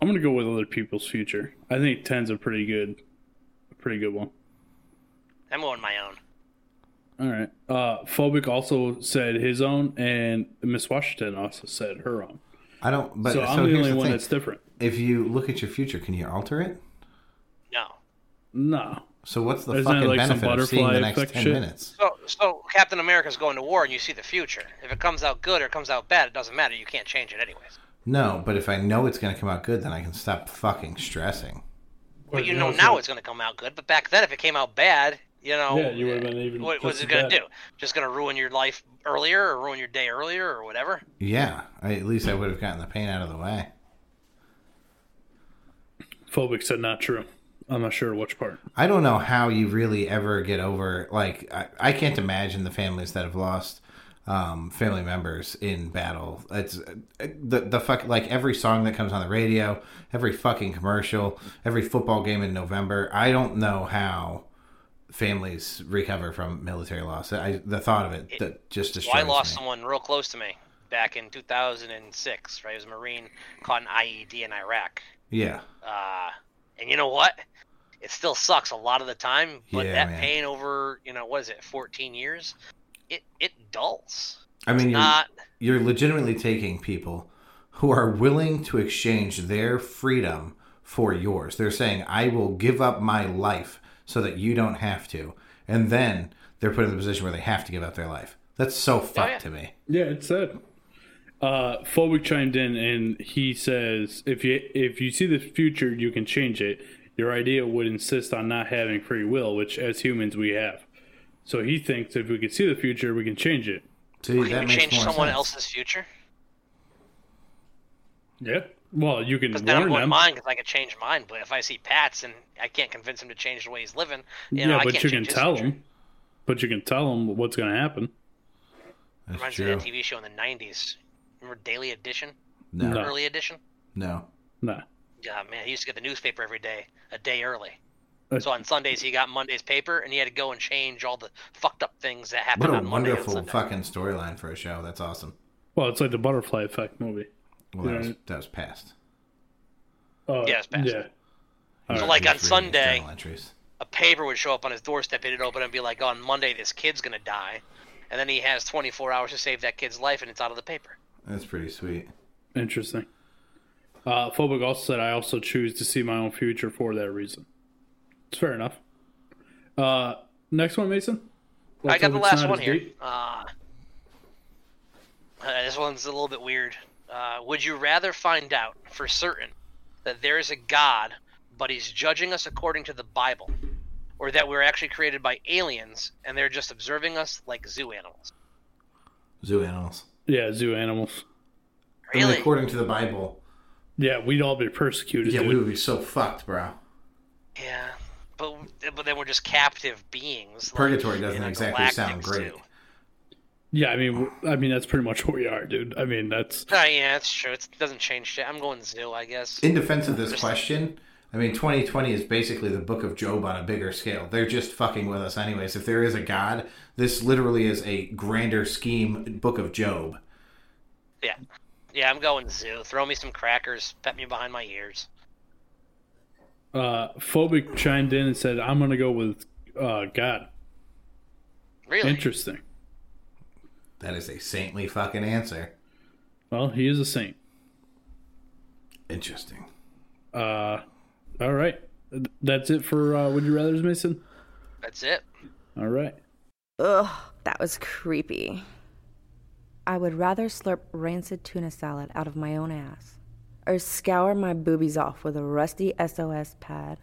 [SPEAKER 2] I'm gonna go with other people's future. I think ten's a pretty good, a pretty good one.
[SPEAKER 3] I'm going my own.
[SPEAKER 2] All right. Uh, Phobic also said his own, and Miss Washington also said her own.
[SPEAKER 1] I don't. But
[SPEAKER 2] So,
[SPEAKER 1] so,
[SPEAKER 2] I'm the
[SPEAKER 1] here's
[SPEAKER 2] only
[SPEAKER 1] the
[SPEAKER 2] one
[SPEAKER 1] thing.
[SPEAKER 2] that's different.
[SPEAKER 1] If you look at your future, can you alter it?
[SPEAKER 3] No.
[SPEAKER 2] No,
[SPEAKER 1] So what's the
[SPEAKER 2] Isn't
[SPEAKER 1] fucking
[SPEAKER 2] it like some
[SPEAKER 1] benefit of seeing the
[SPEAKER 2] butterfly
[SPEAKER 1] next
[SPEAKER 2] effect
[SPEAKER 1] ten
[SPEAKER 2] shit?
[SPEAKER 1] minutes?
[SPEAKER 3] So, so Captain America's going to war, and you see the future. If it comes out good or comes out bad, it doesn't matter. You can't change it anyways.
[SPEAKER 1] No, but if I know it's going to come out good, then I can stop fucking stressing.
[SPEAKER 3] But you know now it's going to come out good. But back then, if it came out bad, you know,
[SPEAKER 2] Yeah, you would've been even
[SPEAKER 3] What was
[SPEAKER 2] just
[SPEAKER 3] it going
[SPEAKER 2] as
[SPEAKER 3] to
[SPEAKER 2] bad.
[SPEAKER 3] do? Just going to ruin your life earlier, or ruin your day earlier, or whatever.
[SPEAKER 1] Yeah, I, at least I would have gotten the pain out of the way.
[SPEAKER 2] Phobic said not true. I'm not sure which part.
[SPEAKER 1] I don't know how you really ever get over. Like, I, I can't imagine the families that have lost um, family members in battle. It's uh, the the fuck like every song that comes on the radio, every fucking commercial, every football game in November. I don't know how families recover from military loss. I the thought of it that just
[SPEAKER 3] Well, I
[SPEAKER 1] destroys
[SPEAKER 3] lost
[SPEAKER 1] me.
[SPEAKER 3] someone real close to me back in 2006. Right, he was a Marine caught an IED in Iraq.
[SPEAKER 1] Yeah.
[SPEAKER 3] Uh, and you know what? It still sucks a lot of the time, but
[SPEAKER 1] Yeah,
[SPEAKER 3] that
[SPEAKER 1] man.
[SPEAKER 3] pain over you know what is it, 14 years? It it dulls.
[SPEAKER 1] I mean, you're,
[SPEAKER 3] Not
[SPEAKER 1] you're legitimately taking people who are willing to exchange their freedom for yours. They're saying, I will give up my life so that you don't have to. And then they're put in the position where they have to give up their life. That's so fucked
[SPEAKER 3] Oh, yeah.
[SPEAKER 1] to me.
[SPEAKER 2] Yeah, it said. Uh, Phobic chimed in and he says, "If you if you see the future, you can change it. Your idea would insist on not having free will, which as humans we have. So he thinks if we could see the future, we can change it.
[SPEAKER 1] See,
[SPEAKER 3] can
[SPEAKER 1] that
[SPEAKER 3] we
[SPEAKER 1] makes
[SPEAKER 3] change
[SPEAKER 1] more
[SPEAKER 3] someone
[SPEAKER 1] sense.
[SPEAKER 3] else's future?
[SPEAKER 2] Yeah. Well, you can
[SPEAKER 3] Because then I'm
[SPEAKER 2] warn
[SPEAKER 3] going
[SPEAKER 2] them.
[SPEAKER 3] mine because I could change mine. But if I see Pat's and I can't convince him to change the way he's living, you know,
[SPEAKER 2] yeah,
[SPEAKER 3] I
[SPEAKER 2] but
[SPEAKER 3] can't
[SPEAKER 2] you can
[SPEAKER 3] change his
[SPEAKER 2] tell
[SPEAKER 3] future.
[SPEAKER 2] them. But you can tell them what's going to happen.
[SPEAKER 1] That's
[SPEAKER 3] Reminds
[SPEAKER 1] true.
[SPEAKER 3] me of that TV show in the '90s. Remember Daily Edition,
[SPEAKER 1] No,
[SPEAKER 2] No.
[SPEAKER 1] no.
[SPEAKER 3] early edition?
[SPEAKER 2] Nah.
[SPEAKER 3] Yeah, man, he used to get the newspaper every day, a day early.
[SPEAKER 2] Uh,
[SPEAKER 3] So on Sundays he got Monday's paper, and he had to go and change all the fucked up things that happened
[SPEAKER 1] What a
[SPEAKER 3] on Monday. and
[SPEAKER 1] wonderful
[SPEAKER 3] Sunday.
[SPEAKER 1] fucking storyline for a show. That's awesome.
[SPEAKER 2] Well, it's like the butterfly effect movie.
[SPEAKER 1] Well, that
[SPEAKER 2] Yeah.
[SPEAKER 1] was, that was past.
[SPEAKER 2] Uh,
[SPEAKER 3] Yeah, it's past.
[SPEAKER 2] Yeah.
[SPEAKER 3] So like on Sunday,
[SPEAKER 1] Journal entries.
[SPEAKER 3] a paper would show up on his doorstep, he'd open and be like, "On Monday, this kid's gonna die," and then he has 24 hours to save that kid's life, and it's out of the paper.
[SPEAKER 1] That's pretty sweet.
[SPEAKER 2] Interesting. Uh, Phobic also said, I also choose to see my own future for that reason. It's fair enough. Uh, next one, Mason?
[SPEAKER 3] I
[SPEAKER 2] Let's
[SPEAKER 3] got the
[SPEAKER 2] hope it's
[SPEAKER 3] last
[SPEAKER 2] not
[SPEAKER 3] one
[SPEAKER 2] as
[SPEAKER 3] here.
[SPEAKER 2] deep.
[SPEAKER 3] Uh, uh, this one's a little bit weird. Uh, would you rather find out for certain that there is a God, but he's judging us according to the Bible, or that we're actually created by aliens and they're just observing us like zoo animals?
[SPEAKER 1] Zoo animals.
[SPEAKER 2] Yeah, zoo animals.
[SPEAKER 1] I mean,
[SPEAKER 3] Really?
[SPEAKER 1] according to the Bible,
[SPEAKER 2] Yeah, we'd all be persecuted.
[SPEAKER 1] yeah,
[SPEAKER 2] dude.
[SPEAKER 1] we would be so fucked, bro.
[SPEAKER 3] Yeah. But, but then we're just captive beings. like
[SPEAKER 1] Purgatory
[SPEAKER 3] in
[SPEAKER 1] doesn't
[SPEAKER 3] a
[SPEAKER 1] exactly sound
[SPEAKER 3] galactic
[SPEAKER 1] great.
[SPEAKER 3] zoo.
[SPEAKER 2] yeah, I mean, we're- I mean, that's pretty much what we are, dude. I mean, that's
[SPEAKER 3] No, Uh, yeah, that's true. It doesn't change shit. I'm going zoo, I guess.
[SPEAKER 1] in defense of this question, I mean, 2020 is basically the book of Job on a bigger scale. They're just fucking with us, anyways. If there is a God, this literally is a grander scheme, book of Job.
[SPEAKER 3] Yeah. Yeah, I'm going zoo. Throw me some crackers. Pet me behind my ears.
[SPEAKER 2] uh, Phobic chimed in and said, I'm going to go with uh, God.
[SPEAKER 3] Really?
[SPEAKER 2] Interesting.
[SPEAKER 1] That is a saintly fucking answer.
[SPEAKER 2] Well, he is a saint.
[SPEAKER 1] Interesting.
[SPEAKER 2] Uh, all right. Th- That's it for uh, Would You Rather's, Mason?
[SPEAKER 3] That's it.
[SPEAKER 2] All right.
[SPEAKER 6] Ugh, that was creepy. I would rather slurp rancid tuna salad out of my own ass or scour my boobies off with a rusty SOS pad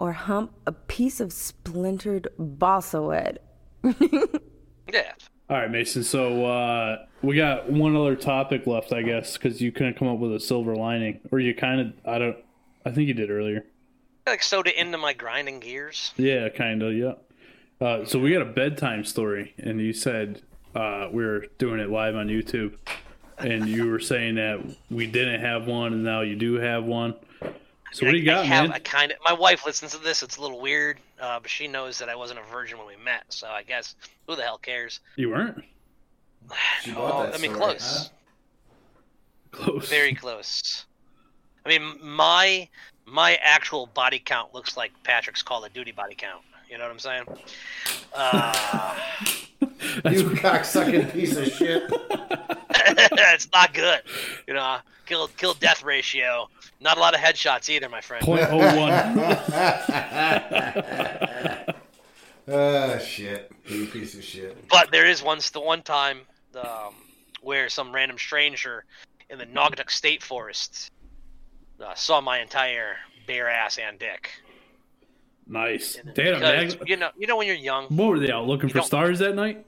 [SPEAKER 6] or hump a piece of splintered balsa wood.
[SPEAKER 3] Yeah.
[SPEAKER 2] All right, Mason. So uh, we got one other topic left, I guess, because you couldn't come up with a silver lining, or you kind of. I don't. I think you did earlier.
[SPEAKER 3] Like soda into my grinding gears.
[SPEAKER 2] Yeah, kind of. Yeah. Uh, so we got a bedtime story, and you said uh, we were doing it live on YouTube, and you were saying that we didn't have one, and now you do have one. So what do you
[SPEAKER 3] I-
[SPEAKER 2] got,
[SPEAKER 3] I have
[SPEAKER 2] man?
[SPEAKER 3] a kind of. My wife listens to this. It's a little weird, uh, but she knows that I wasn't a virgin when we met. So I guess who the hell cares?
[SPEAKER 2] You weren't
[SPEAKER 1] She
[SPEAKER 3] Oh,
[SPEAKER 1] bought that
[SPEAKER 3] I mean,
[SPEAKER 1] story,
[SPEAKER 3] close.
[SPEAKER 1] huh?
[SPEAKER 2] close.
[SPEAKER 3] Very close. I mean, my my actual body count looks like Patrick's Call of Duty body count. You know what I'm saying? Uh,
[SPEAKER 2] That's-
[SPEAKER 1] You cocksucking piece of shit.
[SPEAKER 3] it's not good. You know, kill kill death ratio. Not a lot of headshots either, my friend.
[SPEAKER 2] Point oh one.
[SPEAKER 1] Ah, shit. You piece of shit.
[SPEAKER 3] But there is once the one time um, where some random stranger in the Naugatuck State Forest uh, saw my entire bare ass and dick.
[SPEAKER 2] nice. Damn,
[SPEAKER 3] Because,
[SPEAKER 2] man.
[SPEAKER 3] you know, you know when you're young.
[SPEAKER 2] What were they out looking for
[SPEAKER 3] don't-
[SPEAKER 2] stars that night?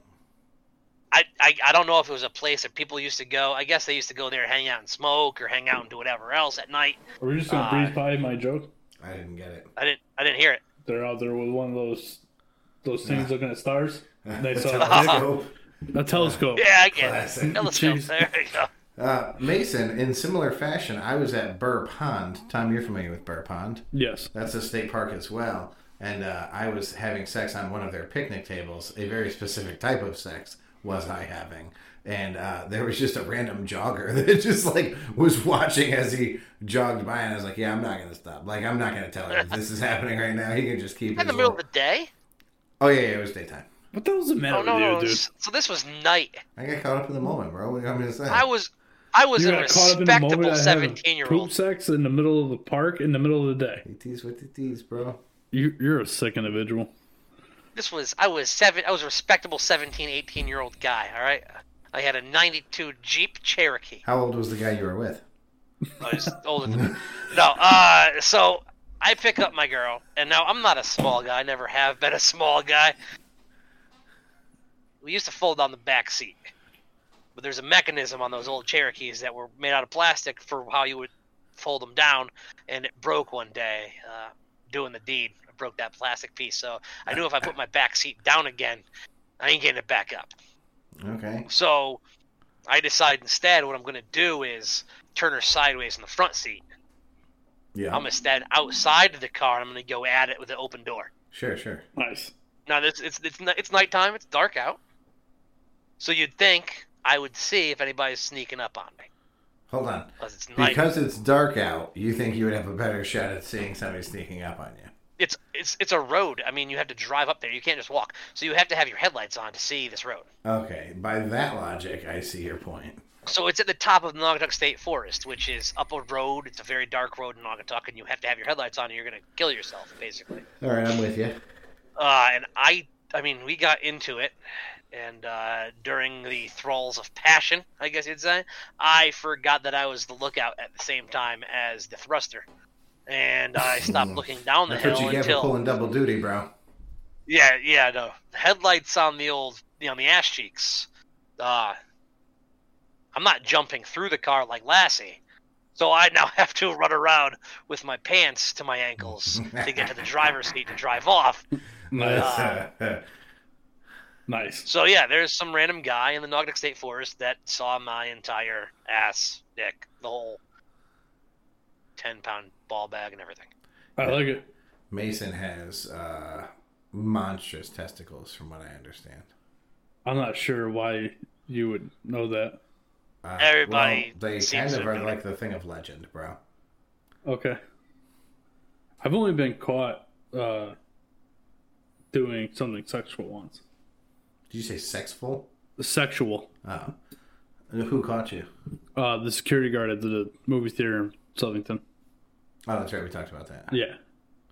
[SPEAKER 3] I, I I don't know if it was a place that people used to go. I guess they used to go there, hang out and smoke, or hang out and do whatever else at night.
[SPEAKER 2] Are we just gonna
[SPEAKER 3] Uh,
[SPEAKER 2] breeze by my joke?
[SPEAKER 1] I didn't get it.
[SPEAKER 3] I didn't I didn't hear it.
[SPEAKER 2] They're out there with one of those those things looking at stars. They
[SPEAKER 1] The
[SPEAKER 2] saw a,
[SPEAKER 1] telescope.
[SPEAKER 2] dick- a telescope.
[SPEAKER 3] Yeah, I get
[SPEAKER 1] Classic.
[SPEAKER 3] it. Telescope.
[SPEAKER 2] Jeez.
[SPEAKER 3] There you go.
[SPEAKER 1] Uh, Mason, in similar fashion, I was at Burr Pond. Tom, you're familiar with Burr Pond.
[SPEAKER 2] Yes.
[SPEAKER 1] That's a state park as well. And uh, I was having sex on one of their picnic tables. A very specific type of sex was I having. And uh, there was just a random jogger that just like was watching as he jogged by, and I was like, "Yeah, I'm not gonna stop. Like, I'm not gonna tell him if this is happening right now. He can just keep."
[SPEAKER 3] In
[SPEAKER 1] his
[SPEAKER 3] the middle
[SPEAKER 1] little-
[SPEAKER 3] of the day?
[SPEAKER 1] Oh yeah, yeah, it was daytime.
[SPEAKER 2] What the hell's the matter
[SPEAKER 3] Oh no,
[SPEAKER 2] with you,
[SPEAKER 3] no. no.
[SPEAKER 2] dude?
[SPEAKER 3] So this was night.
[SPEAKER 1] I got caught up in the moment, bro. What do you want me to say?
[SPEAKER 3] I was I was
[SPEAKER 2] You
[SPEAKER 3] a
[SPEAKER 2] got caught up in the moment.
[SPEAKER 3] respectable
[SPEAKER 2] I had
[SPEAKER 3] seventeen year
[SPEAKER 2] poop
[SPEAKER 3] old.
[SPEAKER 2] sex in the middle of the park in the middle of the day.
[SPEAKER 1] Tease with the tease, bro.
[SPEAKER 2] You, you're a sick individual.
[SPEAKER 3] This was I was seven I was a respectable 17, 18 year old guy, all right? I had a ninety two Jeep Cherokee.
[SPEAKER 1] How old was the guy you were with?
[SPEAKER 3] I was older than No, uh so I pick up my girl and now I'm not a small guy, I never have been a small guy. We used to fold on the back seat. But there's a mechanism on those old Cherokees that were made out of plastic for how you would fold them down, and it broke one day uh, doing the deed. I broke that plastic piece, so I knew if I put my back seat down again, I ain't getting it back up.
[SPEAKER 1] Okay.
[SPEAKER 3] So I decide instead what I'm going to do is turn her sideways in the front seat.
[SPEAKER 1] Yeah.
[SPEAKER 3] I'm going to stand outside of the car, and I'm going to go at it with an open door.
[SPEAKER 1] Sure, sure.
[SPEAKER 2] Nice.
[SPEAKER 3] Now this it's it's ni- it's nighttime. It's dark out. So you'd think I would see if anybody's sneaking up on me
[SPEAKER 1] Hold on.
[SPEAKER 3] 'cause it's night.
[SPEAKER 1] Because it's dark out, you think you would have a better shot at seeing somebody sneaking up on you.
[SPEAKER 3] it's it's it's a road. I mean, you have to drive up there. You can't just walk. So you have to have your headlights on to see this road.
[SPEAKER 1] Okay, by that logic, I see your point.
[SPEAKER 3] So it's at the top of the Naugatuck State Forest, which is up a road. It's a very dark road in Naugatuck, and you have to have your headlights on, or you're gonna kill yourself, basically.
[SPEAKER 1] All right, I'm with you.
[SPEAKER 3] Uh, and I, I mean, we got into it, and uh, during the thralls of passion, I guess you'd say, I forgot that I was the lookout at the same time as the thruster, and I stopped looking down the
[SPEAKER 1] That's what
[SPEAKER 3] hill
[SPEAKER 1] you get for
[SPEAKER 3] until
[SPEAKER 1] pulling double duty, bro.
[SPEAKER 3] Yeah, yeah, no. Headlights on the old, you know, on the ash cheeks. Uh, I'm not jumping through the car like Lassie, so I now have to run around with my pants to my ankles to get to the driver's seat to drive off.
[SPEAKER 2] Nice.
[SPEAKER 3] Uh, Ah.
[SPEAKER 2] nice.
[SPEAKER 3] So yeah, there's some random guy in the Naugatuck State Forest that saw my entire ass, dick, the whole ten pound ball bag and everything.
[SPEAKER 2] I like it.
[SPEAKER 1] Mason has uh, monstrous testicles, from what I understand.
[SPEAKER 2] I'm not sure why you would know that.
[SPEAKER 1] Uh,
[SPEAKER 3] Everybody
[SPEAKER 1] well, they kind
[SPEAKER 3] seems to
[SPEAKER 1] of are
[SPEAKER 3] know.
[SPEAKER 1] like the thing of legend, bro.
[SPEAKER 2] Okay. I've only been caught uh, doing something sexual once.
[SPEAKER 1] Did you say sexful?
[SPEAKER 2] Sexual.
[SPEAKER 1] Oh. Who caught you?
[SPEAKER 2] Uh, the security guard at the movie theater in Southington.
[SPEAKER 1] Oh, that's right. We talked about that.
[SPEAKER 2] Yeah.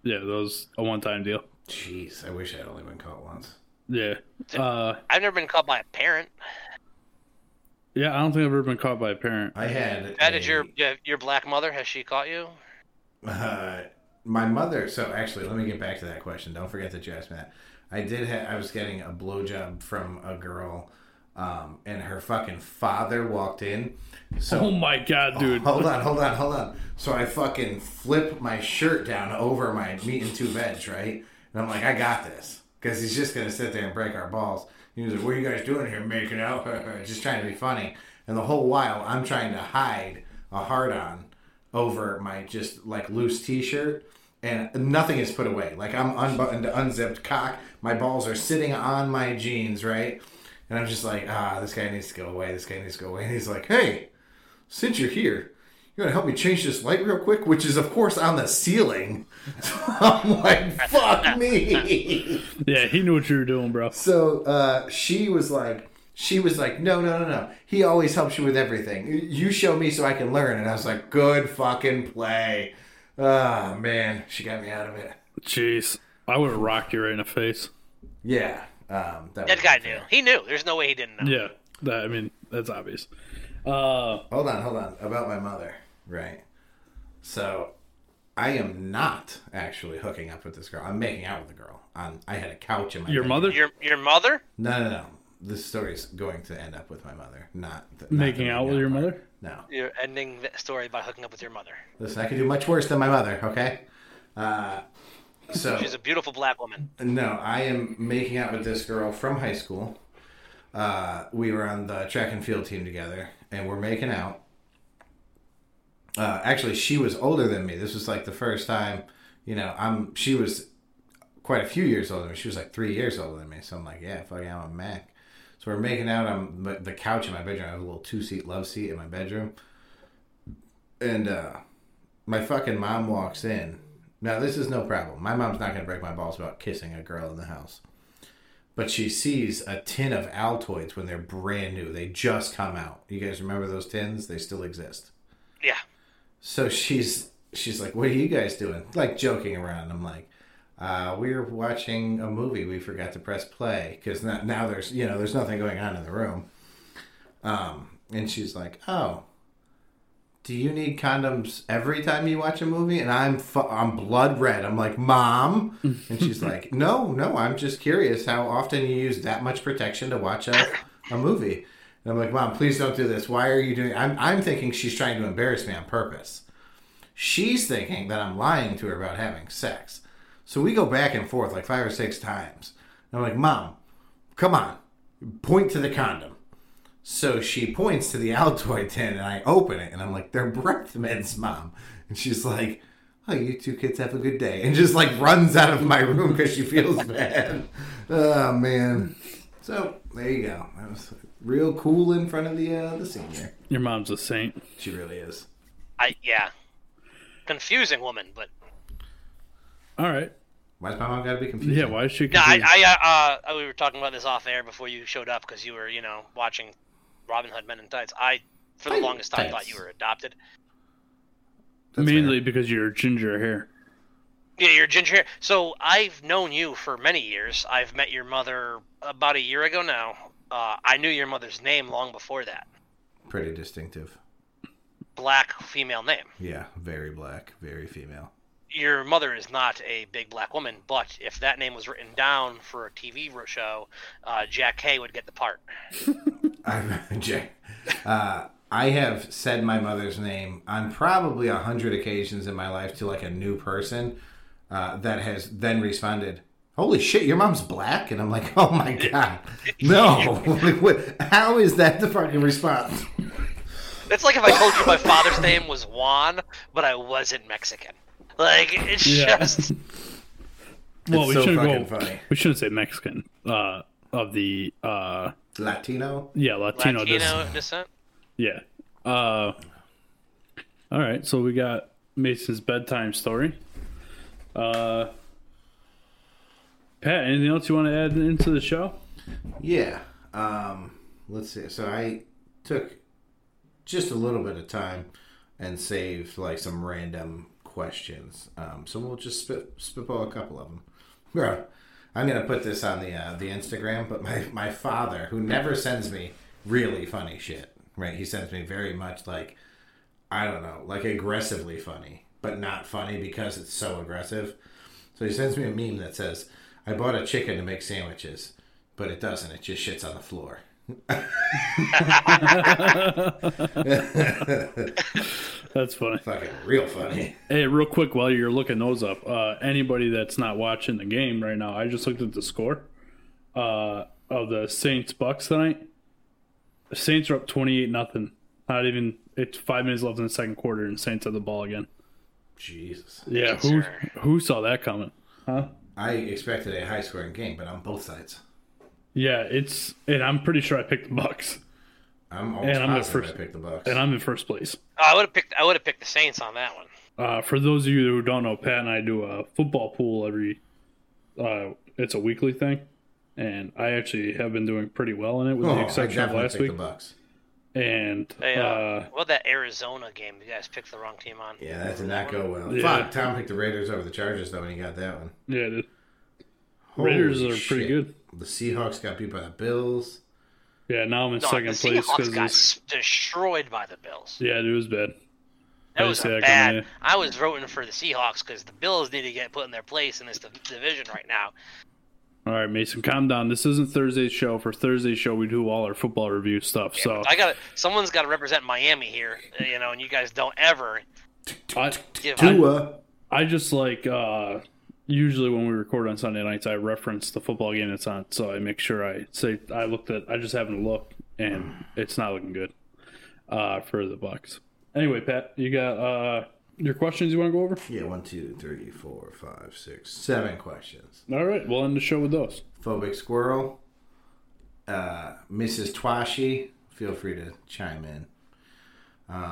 [SPEAKER 2] Yeah, that was a one time deal.
[SPEAKER 1] Jeez, I wish I had only been caught once.
[SPEAKER 2] Yeah. Uh,
[SPEAKER 3] I've never been caught by a parent.
[SPEAKER 2] yeah, I don't think I've ever been caught by a parent.
[SPEAKER 1] I had.
[SPEAKER 3] How did
[SPEAKER 1] a-
[SPEAKER 3] your your black mother? Has she caught you?
[SPEAKER 1] Uh, my mother. So actually, let me get back to that question. Don't forget that you asked me that. I did. Ha- I was getting a blowjob from a girl, um, and her fucking father walked in. So
[SPEAKER 2] Oh my god, dude.
[SPEAKER 1] Hold on, hold on, hold on. So I fucking flip my shirt down over my meat and two veg, right? And I'm like, I got this. Because he's just going to sit there and break our balls. He was like, What are you guys doing here? Making out? just trying to be funny. And the whole while, I'm trying to hide a hard on over my just like loose t shirt. And nothing is put away. Like I'm unbuttoned, unzipped cock. My balls are sitting on my jeans, right? And I'm just like, ah, this guy needs to go away. This guy needs to go away. And he's like, hey, since you're here, you're gonna help me change this light real quick, which is of course on the ceiling. So I'm like, fuck me.
[SPEAKER 2] Yeah, he knew what you were doing, bro.
[SPEAKER 1] So uh, she was like, she was like, no, no, no, no. He always helps you with everything. You show me so I can learn. And I was like, good fucking play. Ah man, she got me out of it.
[SPEAKER 2] Jeez. I would have rocked you right in the face.
[SPEAKER 1] Yeah, um, that,
[SPEAKER 3] That
[SPEAKER 1] was
[SPEAKER 3] guy knew.
[SPEAKER 1] unfair.
[SPEAKER 3] He knew. There's no way he didn't know.
[SPEAKER 2] Yeah. That I mean, that's obvious. Uh
[SPEAKER 1] Hold on, hold on. About my mother, right? So, I am not actually hooking up with this girl. I'm making out with the girl. On I had a couch in my
[SPEAKER 2] your
[SPEAKER 1] bedroom.
[SPEAKER 2] mother
[SPEAKER 3] Your your mother?
[SPEAKER 1] No, no, no. This story's going to end up with my mother, not th- not
[SPEAKER 2] making
[SPEAKER 1] the
[SPEAKER 2] out with your
[SPEAKER 1] part.
[SPEAKER 2] mother?
[SPEAKER 1] No,
[SPEAKER 3] You're ending the story by hooking up with your mother.
[SPEAKER 1] listen, I could do much worse than my mother. Okay, uh, so
[SPEAKER 3] She's a beautiful black woman.
[SPEAKER 1] no, I am making out with this girl from high school. Uh, we were on the track and field team together, and we're making out. Uh, actually, she was older than me. This was like the first time, you know. I'm she was quite a few years older than me. She was like three years older than me. So I'm like, yeah, fucking, I'm a Mac. So we're making out on the- the couch in my bedroom. I have a little two seat love seat in my bedroom, and uh, my fucking mom walks in. Now this is no problem. My mom's not gonna break my balls about kissing a girl in the house. But she sees a tin of Altoids when they're brand new. They just come out. You guys remember those tins? They still exist.
[SPEAKER 3] Yeah.
[SPEAKER 1] So she's she's like, "What are you guys doing?" Like joking around. I'm like, uh, "We're watching a movie. We forgot to press play because now, now there's you know there's nothing going on in the room." Um, and she's like, "Oh, do you need condoms every time you watch a movie?" And I'm fu- I'm blood red. I'm like, "Mom," and she's like, "No, no. I'm just curious how often you use that much protection to watch a a movie." And I'm like, "Mom, please don't do this. Why are you doing?" I'm I'm thinking she's trying to embarrass me on purpose. She's thinking that I'm lying to her about having sex. So we go back and forth like five or six times. And I'm like, Mom, come on, point to the condom. So she points to the Altoid tin and I open it and I'm like, they're breath mints, Mom. And she's like, Oh, you two kids have a good day. And just like runs out of my room because she feels bad. oh, man. So there you go. That was real cool in front of the, uh, the senior.
[SPEAKER 2] Your mom's a saint.
[SPEAKER 1] She really is.
[SPEAKER 3] I yeah. Confusing woman, but
[SPEAKER 2] All right.
[SPEAKER 1] Why's my mom got to be confused?
[SPEAKER 2] Yeah, why is she
[SPEAKER 3] no, I,
[SPEAKER 2] confused?
[SPEAKER 3] I uh, uh, we were talking about this off air before you showed up because you were you know watching Robin Hood Men in Tights. I for the
[SPEAKER 1] Tights.
[SPEAKER 3] longest time thought you were adopted.
[SPEAKER 1] That's
[SPEAKER 2] Mainly because you're ginger hair.
[SPEAKER 3] Yeah, you're ginger hair. So I've known you for many years. I've met your mother about a year ago now. Uh, I knew your mother's name long before that.
[SPEAKER 1] Pretty distinctive.
[SPEAKER 3] Black female name.
[SPEAKER 1] Yeah, very black, very female.
[SPEAKER 3] Your mother is not a big black woman, but if that name was written down for a TV ro- show, uh, Jack Hay would get the part.
[SPEAKER 1] I, Jay, uh, I have said my mother's name on probably a hundred occasions in my life to like a new person uh, that has then responded, "Holy shit, your mom's black," and I'm like, "Oh my god, no! like, what, how is that the fucking response?"
[SPEAKER 3] It's like if I told you my father's name was Juan, but I wasn't Mexican. Like it's
[SPEAKER 2] Yeah.
[SPEAKER 3] just
[SPEAKER 2] Well,
[SPEAKER 1] It's
[SPEAKER 2] we
[SPEAKER 1] so
[SPEAKER 2] shouldn't
[SPEAKER 1] fucking
[SPEAKER 2] go.
[SPEAKER 1] funny.
[SPEAKER 2] We shouldn't say Mexican. Uh, of the uh,
[SPEAKER 1] Latino.
[SPEAKER 2] yeah, Latino.
[SPEAKER 3] Latino
[SPEAKER 2] Latino.
[SPEAKER 3] descent.
[SPEAKER 2] Yeah. Uh, all right. So we got Mason's bedtime story. Uh, Pat, anything else you want to add into the show?
[SPEAKER 1] Yeah. Um, let's see. So I took just a little bit of time and saved like some random questions. Um, so we'll just spit, spitball a couple of them. Bro, I'm gonna put this on the uh, the Instagram. But my my father, who never sends me really funny shit, right? He sends me very much like I don't know, like aggressively funny. But but not funny because it's so aggressive. So he sends me a meme that says, "I bought a chicken to make sandwiches, but it doesn't. It just shits on the floor."
[SPEAKER 2] That's funny.
[SPEAKER 1] Fucking real funny.
[SPEAKER 2] Hey, real quick, while you're looking those up, uh, anybody that's not watching the game right now, I just looked at the score uh, of the Saints Bucks tonight. The Saints are up twenty eight nothing. Not even it's five minutes left in the second quarter, and Saints have the ball again.
[SPEAKER 1] Jesus.
[SPEAKER 2] Yeah,
[SPEAKER 3] Yes,
[SPEAKER 2] who
[SPEAKER 3] sir.
[SPEAKER 2] who saw that coming?
[SPEAKER 1] I expected a high scoring game, but on both sides.
[SPEAKER 2] Yeah, it's and I'm pretty sure I picked the Bucks,
[SPEAKER 1] I'm almost
[SPEAKER 2] And I'm the
[SPEAKER 1] positive
[SPEAKER 2] first-
[SPEAKER 1] I picked the Bucks.
[SPEAKER 2] and I'm in first place.
[SPEAKER 3] Oh, I would have picked. I would have picked the Saints on that one.
[SPEAKER 2] Uh, for those of you who don't know, Pat and I do a football pool every. Uh, it's a weekly thing, and I actually have been doing pretty well in it, with
[SPEAKER 1] Oh,
[SPEAKER 2] the
[SPEAKER 1] I
[SPEAKER 2] exception of
[SPEAKER 1] definitely
[SPEAKER 2] last
[SPEAKER 1] picked
[SPEAKER 2] week.
[SPEAKER 1] the Bucks.
[SPEAKER 2] And
[SPEAKER 3] They, uh,
[SPEAKER 2] uh,
[SPEAKER 3] what that Arizona game? You guys picked the wrong team on.
[SPEAKER 1] Yeah, that did not go well.
[SPEAKER 2] Yeah.
[SPEAKER 1] Fuck, Tom picked the Raiders over the Chargers though, and he got that one.
[SPEAKER 2] yeah, it is. Raiders
[SPEAKER 1] Holy
[SPEAKER 2] are pretty
[SPEAKER 1] shit.
[SPEAKER 2] good.
[SPEAKER 1] The Seahawks got beat by the Bills.
[SPEAKER 2] yeah. Now I'm in
[SPEAKER 3] No,
[SPEAKER 2] second
[SPEAKER 3] the
[SPEAKER 2] place
[SPEAKER 3] Seahawks got
[SPEAKER 2] because
[SPEAKER 3] s- destroyed by the Bills.
[SPEAKER 2] yeah, it was bad. I
[SPEAKER 3] That was
[SPEAKER 2] see
[SPEAKER 3] a
[SPEAKER 2] that
[SPEAKER 3] bad.
[SPEAKER 2] coming,
[SPEAKER 3] I was voting for the Seahawks because the Bills need to get put in their place in this div- division right now.
[SPEAKER 2] All right, Mason, calm down. This isn't Thursday's show. For Thursday's show, we do all our football review stuff. so
[SPEAKER 3] I got to Someone's got to represent Miami here, you know. And you guys don't ever
[SPEAKER 2] I,
[SPEAKER 3] give. up.
[SPEAKER 1] Tua.
[SPEAKER 2] I just like uh, usually when we record on Sunday nights, I reference the football game that's on, so I make sure I say I looked at. I just haven't looked, and it's not looking good uh, for the Bucks. Anyway, Pat, you got uh, your questions you want to go over?
[SPEAKER 1] Yeah, one, two, three, four, five, six, seven questions.
[SPEAKER 2] All right, we'll end the show with those.
[SPEAKER 1] Phobic Squirrel. Uh, Mrs. Twashi. Feel free to chime in. Um,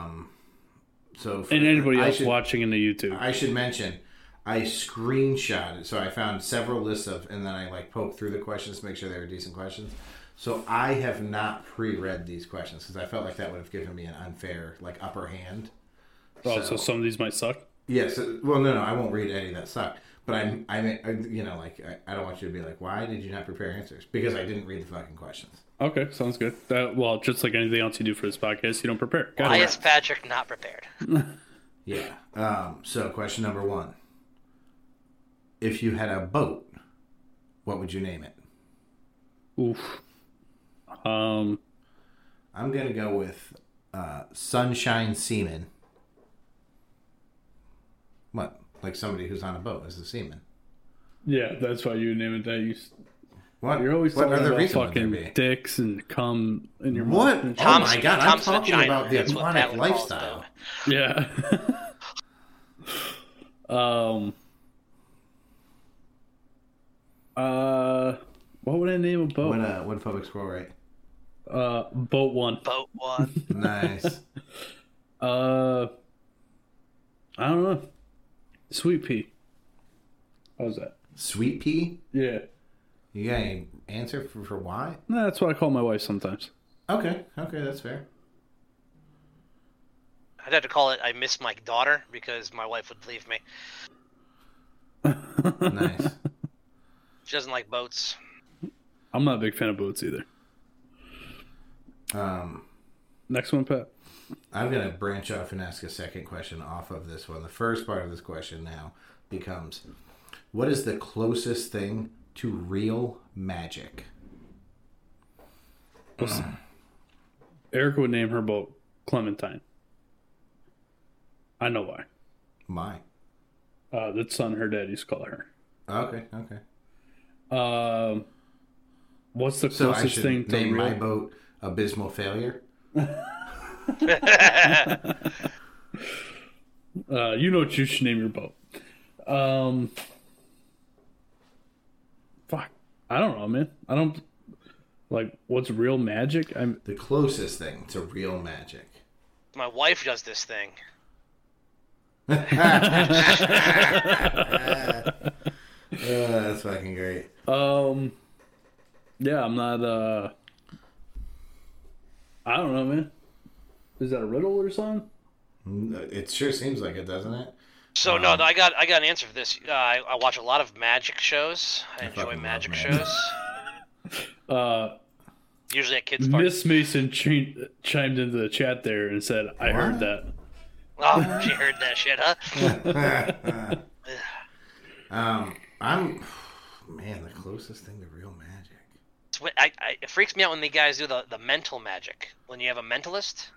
[SPEAKER 1] so for-
[SPEAKER 2] And anybody
[SPEAKER 1] I
[SPEAKER 2] else
[SPEAKER 1] should-
[SPEAKER 2] watching in the YouTube,
[SPEAKER 1] I should mention, I screenshotted. So I found several lists of, and then I like poked through the questions to make sure they were decent questions. So I have not pre-read these questions because I felt like that would have given me an unfair like upper hand.
[SPEAKER 2] oh, so some of these might suck.
[SPEAKER 1] Yes. well, no, no, I won't read any that sucked. But I'm, I mean, I- you know, like I, I don't want you to be like, why did you not prepare answers? Because I didn't read the fucking questions.
[SPEAKER 2] Okay, sounds good. That, well, just like anything else you do for this podcast, you don't prepare. Got
[SPEAKER 3] Why
[SPEAKER 2] it.
[SPEAKER 3] is Patrick not prepared?
[SPEAKER 1] Yeah. Um, so question number one: If you had a boat, what would you name it?
[SPEAKER 2] Oof. Um,
[SPEAKER 1] I'm gonna go with uh, Sunshine Seaman. What? Like somebody who's on a boat is a seaman.
[SPEAKER 2] yeah, that's why you name it that. You s-
[SPEAKER 1] What?
[SPEAKER 2] You're always
[SPEAKER 1] what
[SPEAKER 2] talking
[SPEAKER 1] other
[SPEAKER 2] about
[SPEAKER 1] reason would there
[SPEAKER 2] fucking
[SPEAKER 1] be?
[SPEAKER 2] dicks and cum in your
[SPEAKER 1] What?
[SPEAKER 2] mouth.
[SPEAKER 1] Oh
[SPEAKER 3] Tom's-
[SPEAKER 1] my god! I'm
[SPEAKER 3] Tom's
[SPEAKER 1] talking
[SPEAKER 3] vagina,
[SPEAKER 1] about the
[SPEAKER 3] that's what
[SPEAKER 1] aquatic
[SPEAKER 3] Alan calls
[SPEAKER 1] lifestyle.
[SPEAKER 2] Yeah. um. Uh, what would I name a
[SPEAKER 1] What?
[SPEAKER 2] boat?
[SPEAKER 1] Uh, what public squirrel right?
[SPEAKER 2] uh, boat one.
[SPEAKER 3] Boat one.
[SPEAKER 1] Nice.
[SPEAKER 2] Uh, I don't know. Sweet pea. How's that?
[SPEAKER 1] Sweet pea.
[SPEAKER 2] Yeah.
[SPEAKER 1] You got any answer for, for why?
[SPEAKER 2] Nah, that's what I call my wife sometimes.
[SPEAKER 1] Okay. Okay, that's fair.
[SPEAKER 3] I'd have to call it. I miss my daughter because my wife would leave me.
[SPEAKER 1] Nice.
[SPEAKER 3] She doesn't like boats.
[SPEAKER 2] I'm not a big fan of boats either.
[SPEAKER 1] um.
[SPEAKER 2] Next one, Pat.
[SPEAKER 1] I'm going to branch off and ask a second question off of this one. The first part of this question now becomes what is the closest thing to real magic? Um,
[SPEAKER 2] Erica would name her boat Clementine. I know why.
[SPEAKER 1] My.
[SPEAKER 2] Uh, that's on her dad used to call her.
[SPEAKER 1] Okay, okay.
[SPEAKER 2] Um, what's the
[SPEAKER 1] So I
[SPEAKER 2] closest
[SPEAKER 1] should
[SPEAKER 2] thing to
[SPEAKER 1] name my
[SPEAKER 2] real?
[SPEAKER 1] boat Abysmal Failure.
[SPEAKER 2] Uh, you know what you should name your boat. Um, fuck, I don't know, man. I don't like what's real magic. I'm
[SPEAKER 1] The closest thing to real magic.
[SPEAKER 3] My wife does this thing.
[SPEAKER 1] Uh, that's fucking great.
[SPEAKER 2] um, yeah, I'm not. Uh, I don't know, man. Is that a riddle or something?
[SPEAKER 1] It sure seems like it, doesn't it?
[SPEAKER 3] So
[SPEAKER 1] Oh.
[SPEAKER 3] no, no, I got I got an answer for this. Uh, I, I watch a lot of magic shows. I
[SPEAKER 1] fucking
[SPEAKER 3] enjoy
[SPEAKER 1] love
[SPEAKER 3] magic
[SPEAKER 1] magic.
[SPEAKER 3] shows.
[SPEAKER 2] Uh,
[SPEAKER 3] Usually at kids' parties.
[SPEAKER 2] Miss Mason chi- chimed into the chat there and said, "I heard
[SPEAKER 1] What?
[SPEAKER 2] that."
[SPEAKER 3] Oh, she heard that shit, huh?
[SPEAKER 1] Um, I'm man, the closest thing to real magic.
[SPEAKER 3] It's what- I, I, it freaks me out when the guys do the, the mental magic. When you have a mentalist,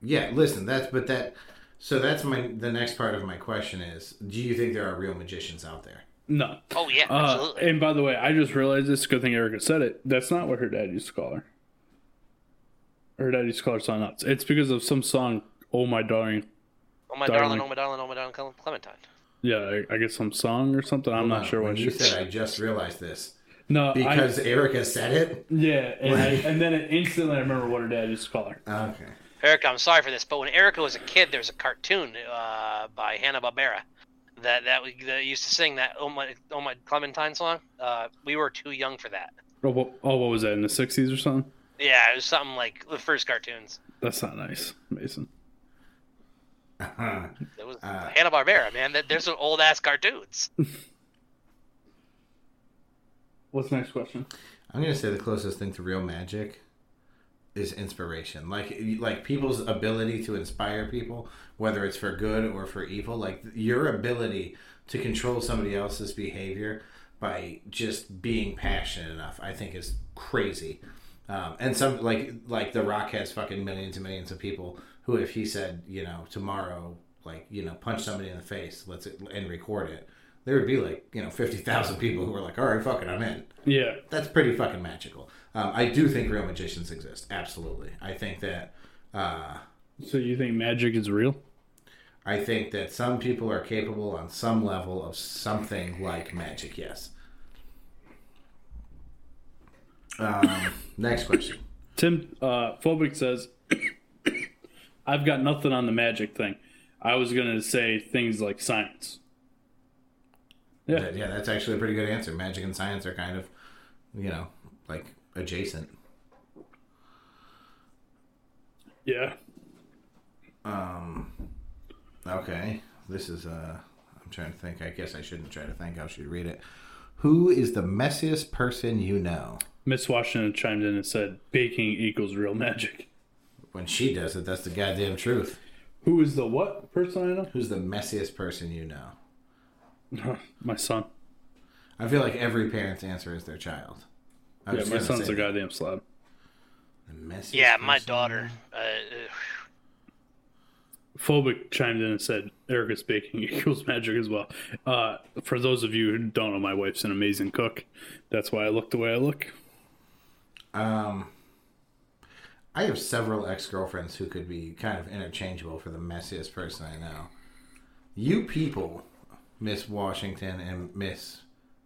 [SPEAKER 1] Yeah, listen, that's but that. So that's my the next part of my question is: Do you think there are real magicians out there?
[SPEAKER 2] No.
[SPEAKER 3] oh yeah,
[SPEAKER 2] Uh,
[SPEAKER 3] absolutely.
[SPEAKER 2] and by the way, I just realized this. Good thing Erica said it. That's not what her dad used to call her. Her dad used to call her something else. It's because of some song, "Oh My Darling."
[SPEAKER 3] oh my
[SPEAKER 2] darling.
[SPEAKER 3] darling, oh my darling, oh my darling, Cle- Clementine.
[SPEAKER 2] Yeah, I, I guess some song or something. I'm not
[SPEAKER 1] Uh,
[SPEAKER 2] sure
[SPEAKER 1] when
[SPEAKER 2] what
[SPEAKER 1] you
[SPEAKER 2] she
[SPEAKER 1] said. I just realized this
[SPEAKER 2] No, I,
[SPEAKER 1] because Erica said it.
[SPEAKER 2] yeah, and, I, and then it instantly I remember what her dad used to call her.
[SPEAKER 1] Okay.
[SPEAKER 3] Erica, I'm sorry for this, but when Erica was a kid, there was a cartoon uh, by Hanna Barbera that that, we, that used to sing that "Oh My Oh My Clementine" song. Uh, we were too young for that.
[SPEAKER 2] Oh, what, oh, what was that in the '60s or something?
[SPEAKER 3] Yeah, it was something like the first cartoons.
[SPEAKER 2] That's not nice, Mason.
[SPEAKER 1] Uh-huh.
[SPEAKER 3] It was Hanna Barbera, man. That there's some old ass cartoons.
[SPEAKER 2] What's the next question?
[SPEAKER 1] I'm gonna say the closest thing to real magic is inspiration, like like people's ability to inspire people, whether it's for good or for evil. Like your ability to control somebody else's behavior by just being passionate enough, I think is crazy. Um, and some like like The Rock has fucking millions and millions of people who, if he said you know tomorrow, like you know punch somebody in the face, let's and record it, there would be like you know fifty thousand people who were like, all right, fuck it, I'm in
[SPEAKER 2] Yeah,
[SPEAKER 1] that's pretty fucking magical. Um, I do think real magicians exist. Absolutely. I think that uh,
[SPEAKER 2] so you think magic is real?
[SPEAKER 1] I think that some people are capable on some level of something like magic. Yes. Um, next question.
[SPEAKER 2] Tim uh, Phobic says, I've got nothing on the magic thing. I was going to say things like science.
[SPEAKER 1] Yeah, yeah, that's actually a pretty good answer. Magic and science are kind of, you know, like adjacent.
[SPEAKER 2] Yeah.
[SPEAKER 1] Okay, this is Uh, I'm trying to think. I guess I shouldn't try to think. I should read it. Who is the messiest person you know?
[SPEAKER 2] Miss Washington chimed in and said, baking equals real magic.
[SPEAKER 1] When she does it, that's the goddamn truth.
[SPEAKER 2] Who is the what person I know?
[SPEAKER 1] Who's the messiest person you know?
[SPEAKER 2] My son.
[SPEAKER 1] I feel like every parent's answer is their child. I
[SPEAKER 2] Yeah,
[SPEAKER 1] was
[SPEAKER 2] my
[SPEAKER 1] gonna
[SPEAKER 2] son's
[SPEAKER 1] say
[SPEAKER 2] a goddamn slob.
[SPEAKER 1] The messiest
[SPEAKER 3] Yeah, my
[SPEAKER 1] person.
[SPEAKER 3] daughter. Uh,
[SPEAKER 2] Phobic chimed in and said, Erica's baking equals magic as well. Uh, for those of you who don't know, my wife's an amazing cook. That's why I look the way I look.
[SPEAKER 1] I have several ex girlfriends who could be kind of interchangeable for the messiest person I know. You people, Miss Washington and Miss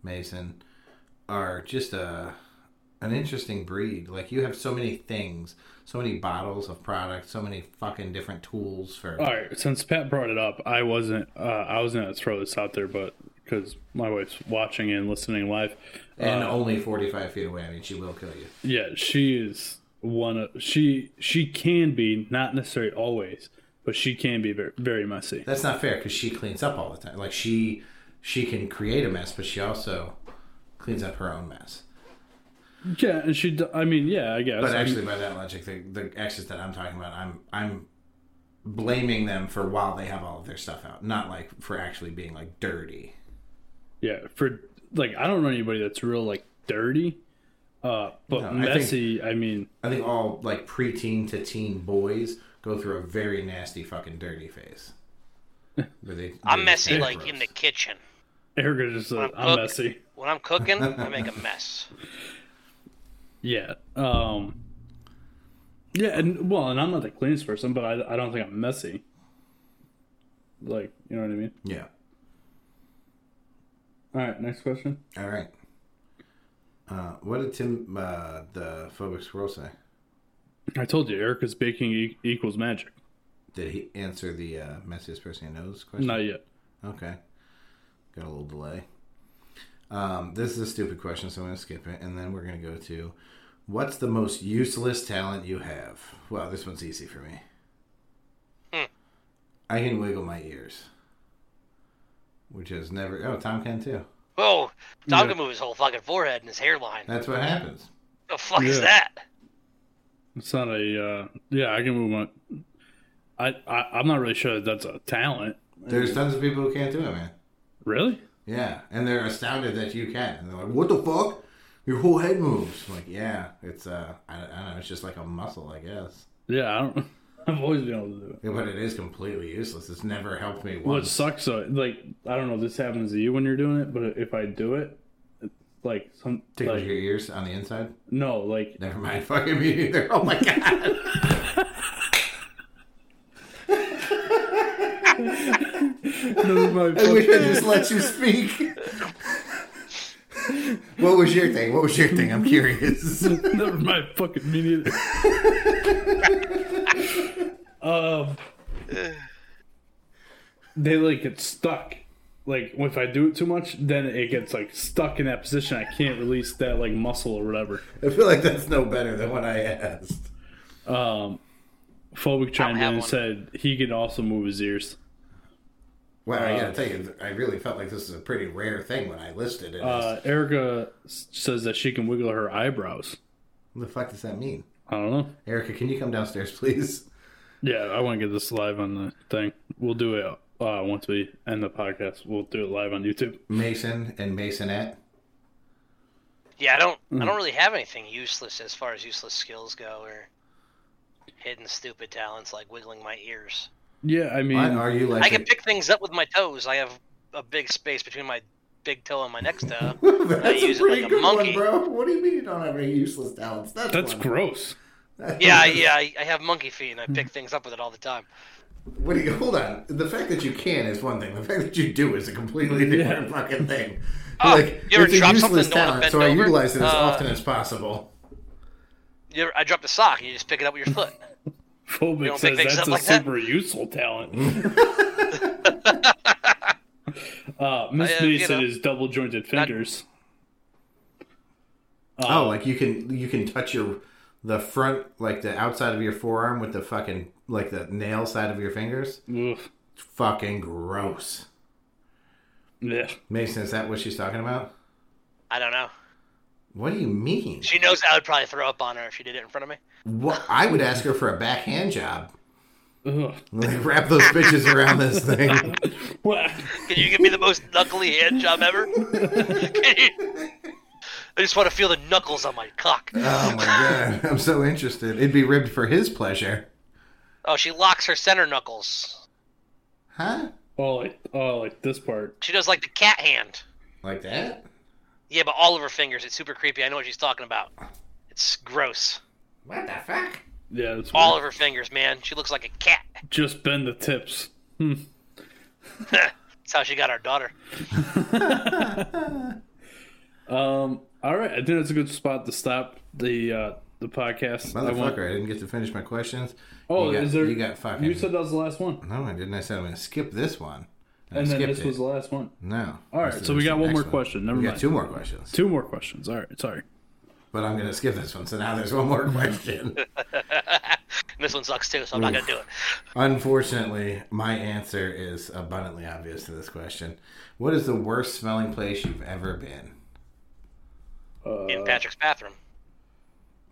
[SPEAKER 1] Mason, are just a an interesting breed. Like you have so many things, so many bottles of product, so many fucking different tools for
[SPEAKER 2] All right, since Pat brought it up, I wasn't uh, I was gonna throw this out there, but because my wife's watching and listening live, uh,
[SPEAKER 1] and only forty five feet away. I mean, she will kill you.
[SPEAKER 2] yeah, she is one of she she can be not necessarily always, but she can be very, very messy.
[SPEAKER 1] That's not fair because she cleans up all the time. Like she she can create a mess, but she also cleans up her own mess.
[SPEAKER 2] Yeah, and she d- I mean yeah, I guess.
[SPEAKER 1] But
[SPEAKER 2] I'm-
[SPEAKER 1] actually, by that logic, the, the exes that I'm talking about, I'm I'm blaming them for while they have all of their stuff out, not like for actually being like dirty.
[SPEAKER 2] yeah, for like I don't know anybody that's real like dirty, uh, but
[SPEAKER 1] No, I think-
[SPEAKER 2] messy. I mean,
[SPEAKER 1] I think all like preteen to teen boys go through a very nasty fucking dirty phase. Where they,
[SPEAKER 3] I'm
[SPEAKER 1] they-
[SPEAKER 3] messy
[SPEAKER 1] they're
[SPEAKER 3] like
[SPEAKER 1] gross.
[SPEAKER 3] in the kitchen.
[SPEAKER 2] Erica just said
[SPEAKER 3] Wanna
[SPEAKER 2] I'm
[SPEAKER 3] cook?
[SPEAKER 2] messy.
[SPEAKER 3] When I'm cooking, I make a mess.
[SPEAKER 2] Yeah. Um Yeah, and well, and I'm not the cleanest person, but I I don't think I'm messy. Like, you know what I mean?
[SPEAKER 1] yeah.
[SPEAKER 2] All right, next question.
[SPEAKER 1] All right. Uh, what did Tim uh, the phobic squirrel say?
[SPEAKER 2] I told you Erica's baking e- equals magic.
[SPEAKER 1] Did he answer the uh, messiest person he knows question?
[SPEAKER 2] Not yet.
[SPEAKER 1] Okay. Got a little delay. Um, this is a stupid question, so I'm going to skip it. And then we're going to go to what's the most useless talent you have? Well, this one's easy for me. I can wiggle my ears, which is never. Oh, Tom can too.
[SPEAKER 3] Whoa, Tom can move his whole fucking forehead and his hairline.
[SPEAKER 1] That's what happens.
[SPEAKER 3] the fuck is
[SPEAKER 2] Yeah.
[SPEAKER 3] that?
[SPEAKER 2] It's not a uh yeah, I can move my I, I I'm not really sure that that's a talent.
[SPEAKER 1] There's tons of people who can't do it, man.
[SPEAKER 2] Really?
[SPEAKER 1] Yeah, and they're astounded that you can. And they're like, "What the fuck? Your whole head moves." I'm like, yeah, it's uh, I, I don't know, it's just like a muscle, I guess.
[SPEAKER 2] Yeah, I don't. I've always been able to do it.
[SPEAKER 1] Yeah, but it is completely useless. It's never helped me
[SPEAKER 2] What
[SPEAKER 1] once.
[SPEAKER 2] sucks though, like I don't know if this happens to you when you're doing it, but if I do it, it's like some
[SPEAKER 1] Tickles
[SPEAKER 2] like
[SPEAKER 1] your ears on the inside?
[SPEAKER 2] no, like
[SPEAKER 1] Never mind, fucking me either. Oh my god. I wish I just let you speak. what was your thing? What was your thing? I'm curious.
[SPEAKER 2] Never mind, fucking me neither. um, they like get stuck. Like if I do it too much, then it gets like stuck in that position. I can't release that like muscle or whatever.
[SPEAKER 1] I feel like that's no better than what I asked.
[SPEAKER 2] Phobic chimed in
[SPEAKER 3] have
[SPEAKER 2] and
[SPEAKER 3] one.
[SPEAKER 2] said he can also move his ears.
[SPEAKER 1] Well, I
[SPEAKER 2] Uh,
[SPEAKER 1] gotta tell you, I really felt like this is a pretty rare thing when I listed it. as-
[SPEAKER 2] Uh, Erica s- says that she can wiggle her eyebrows.
[SPEAKER 1] what the fuck does that mean?
[SPEAKER 2] I don't know.
[SPEAKER 1] Erica, can you come downstairs, please?
[SPEAKER 2] Yeah, I want to get this live on the thing. We'll do it uh, once we end the podcast. We'll do it live on YouTube.
[SPEAKER 1] Mason and Masonette.
[SPEAKER 3] Yeah, I don't.
[SPEAKER 1] Hmm.
[SPEAKER 3] I don't really have anything useless as far as useless skills go, or hidden stupid talents like wiggling my ears.
[SPEAKER 2] Yeah, I mean,
[SPEAKER 1] What are you like?
[SPEAKER 3] I can pick things up with my toes. I have a big space between my big toe and my next toe. I
[SPEAKER 1] that's a
[SPEAKER 3] use it
[SPEAKER 1] pretty
[SPEAKER 3] like a
[SPEAKER 1] good one,
[SPEAKER 3] monkey.
[SPEAKER 1] bro. What do you mean you don't have any useless talents? That's,
[SPEAKER 2] that's
[SPEAKER 1] one.
[SPEAKER 2] gross.
[SPEAKER 3] yeah, yeah. I, I have monkey feet, and I
[SPEAKER 1] Hmm.
[SPEAKER 3] pick things up with it all the time.
[SPEAKER 1] What do you hold on? The fact that you can is one thing. The fact that you do is a completely different fucking thing.
[SPEAKER 3] Oh, you ever
[SPEAKER 1] it's a
[SPEAKER 3] drop
[SPEAKER 1] useless
[SPEAKER 3] something and don't wanna
[SPEAKER 1] talent,
[SPEAKER 3] bend
[SPEAKER 1] so I
[SPEAKER 3] over?
[SPEAKER 1] utilize it as
[SPEAKER 3] Uh,
[SPEAKER 1] often as possible.
[SPEAKER 3] You ever, I dropped a sock, and you just pick it up with your foot.
[SPEAKER 2] Phobic
[SPEAKER 3] don't
[SPEAKER 2] says
[SPEAKER 3] pick things
[SPEAKER 2] that's
[SPEAKER 3] up
[SPEAKER 2] a
[SPEAKER 3] like that?
[SPEAKER 2] super useful talent. uh, Miss
[SPEAKER 3] I, uh, you
[SPEAKER 2] Mason
[SPEAKER 3] know,
[SPEAKER 2] is double jointed fingers.
[SPEAKER 1] oh, like you can you can touch your the front like the outside of your forearm with the fucking like the nail side of your fingers.
[SPEAKER 2] Oof.
[SPEAKER 1] It's fucking gross.
[SPEAKER 2] Yeah.
[SPEAKER 1] Mason, is that what she's talking about?
[SPEAKER 3] I don't know.
[SPEAKER 1] What do you mean?
[SPEAKER 3] She knows I would probably throw up on her if she did it in front of me.
[SPEAKER 1] What, I would ask her for a backhand job.
[SPEAKER 2] Ugh.
[SPEAKER 1] Like, wrap those bitches around this thing.
[SPEAKER 2] Wha-
[SPEAKER 3] Can you give me the most knuckly hand job ever? Can you- I just want to feel the knuckles on my cock.
[SPEAKER 1] Oh my god, I'm so interested. It'd be ribbed for his pleasure.
[SPEAKER 3] Oh, she locks her center knuckles.
[SPEAKER 1] Huh?
[SPEAKER 2] Oh, like, oh, like this part.
[SPEAKER 3] She does like the cat hand.
[SPEAKER 1] Like that?
[SPEAKER 3] Yeah, but all of her fingers. It's super creepy. I know what she's talking about. It's gross.
[SPEAKER 1] What the fuck?
[SPEAKER 2] Yeah, that's
[SPEAKER 3] All
[SPEAKER 2] weird.
[SPEAKER 3] of her fingers, man. She looks like a cat.
[SPEAKER 2] Just bend the tips.
[SPEAKER 3] That's how she got our daughter.
[SPEAKER 2] Um. All right. I think that's a good spot to stop the uh, the podcast. I want-
[SPEAKER 1] Motherfucker, I didn't get to finish my questions.
[SPEAKER 2] Oh,
[SPEAKER 1] You got-
[SPEAKER 2] is there?
[SPEAKER 1] you got fucking-
[SPEAKER 2] You said that was the last one,
[SPEAKER 1] No, I didn't. I said I'm going to skip this one. I
[SPEAKER 2] and then
[SPEAKER 1] skipped
[SPEAKER 2] this
[SPEAKER 1] it.
[SPEAKER 2] was the last one.
[SPEAKER 1] No.
[SPEAKER 2] All right,
[SPEAKER 1] This is
[SPEAKER 2] so we got
[SPEAKER 1] the
[SPEAKER 2] one
[SPEAKER 1] next
[SPEAKER 2] more question. Never
[SPEAKER 1] we
[SPEAKER 2] mind.
[SPEAKER 1] got two more questions.
[SPEAKER 2] Two more questions. All right. Sorry.
[SPEAKER 1] But I'm going to skip this one, so now there's one more question.
[SPEAKER 3] And this one sucks too, so I'm not gonna do it.
[SPEAKER 1] Unfortunately, my answer is abundantly obvious to this question. What is the worst smelling place you've ever been? Uh,
[SPEAKER 3] In Patrick's bathroom.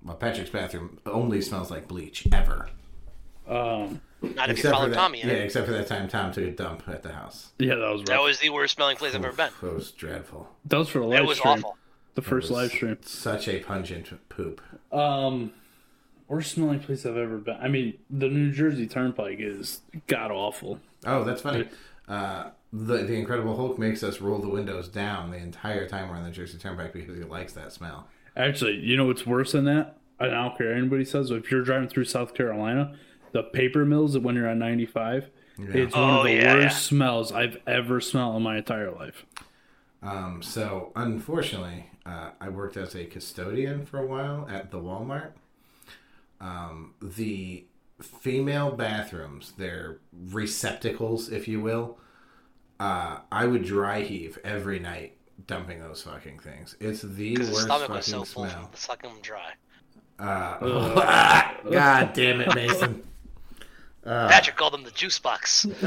[SPEAKER 1] Well, Patrick's bathroom only smells like bleach ever.
[SPEAKER 2] Um.
[SPEAKER 3] Not if you follow
[SPEAKER 1] that,
[SPEAKER 3] Tommy in
[SPEAKER 1] yeah,
[SPEAKER 3] it.
[SPEAKER 1] except for that time Tom took a dump at the house.
[SPEAKER 2] Yeah, that was rough.
[SPEAKER 3] That was the worst smelling place I've ever been.
[SPEAKER 1] That was dreadful.
[SPEAKER 2] That was for the live
[SPEAKER 3] It was
[SPEAKER 2] stream.
[SPEAKER 3] awful.
[SPEAKER 2] The first live stream.
[SPEAKER 1] Such a pungent poop.
[SPEAKER 2] Um, worst smelling place I've ever been. I mean, the New Jersey Turnpike is god awful.
[SPEAKER 1] Oh, that's funny. Uh, the The Incredible Hulk makes us roll the windows down the entire time we're on the Jersey Turnpike because he likes that smell.
[SPEAKER 2] Actually, you know what's worse than that? And I don't care what anybody says. If you're driving through South Carolina, the paper mills when you're on 95, it's one
[SPEAKER 3] Oh,
[SPEAKER 2] of the
[SPEAKER 3] yeah,
[SPEAKER 2] worst
[SPEAKER 3] yeah.
[SPEAKER 2] smells I've ever smelled in my entire life.
[SPEAKER 1] Um, so unfortunately, uh, I worked as a custodian for a while at the Walmart. Um, the female bathrooms, their receptacles, if you will, uh, I would dry heave every night dumping those fucking things. It's the
[SPEAKER 3] Because his
[SPEAKER 1] worst
[SPEAKER 3] stomach
[SPEAKER 1] fucking
[SPEAKER 3] was so full
[SPEAKER 1] smell.
[SPEAKER 3] from the sucking him dry.
[SPEAKER 1] Uh, God damn it, Mason. Ah.
[SPEAKER 3] Patrick called them the juice box.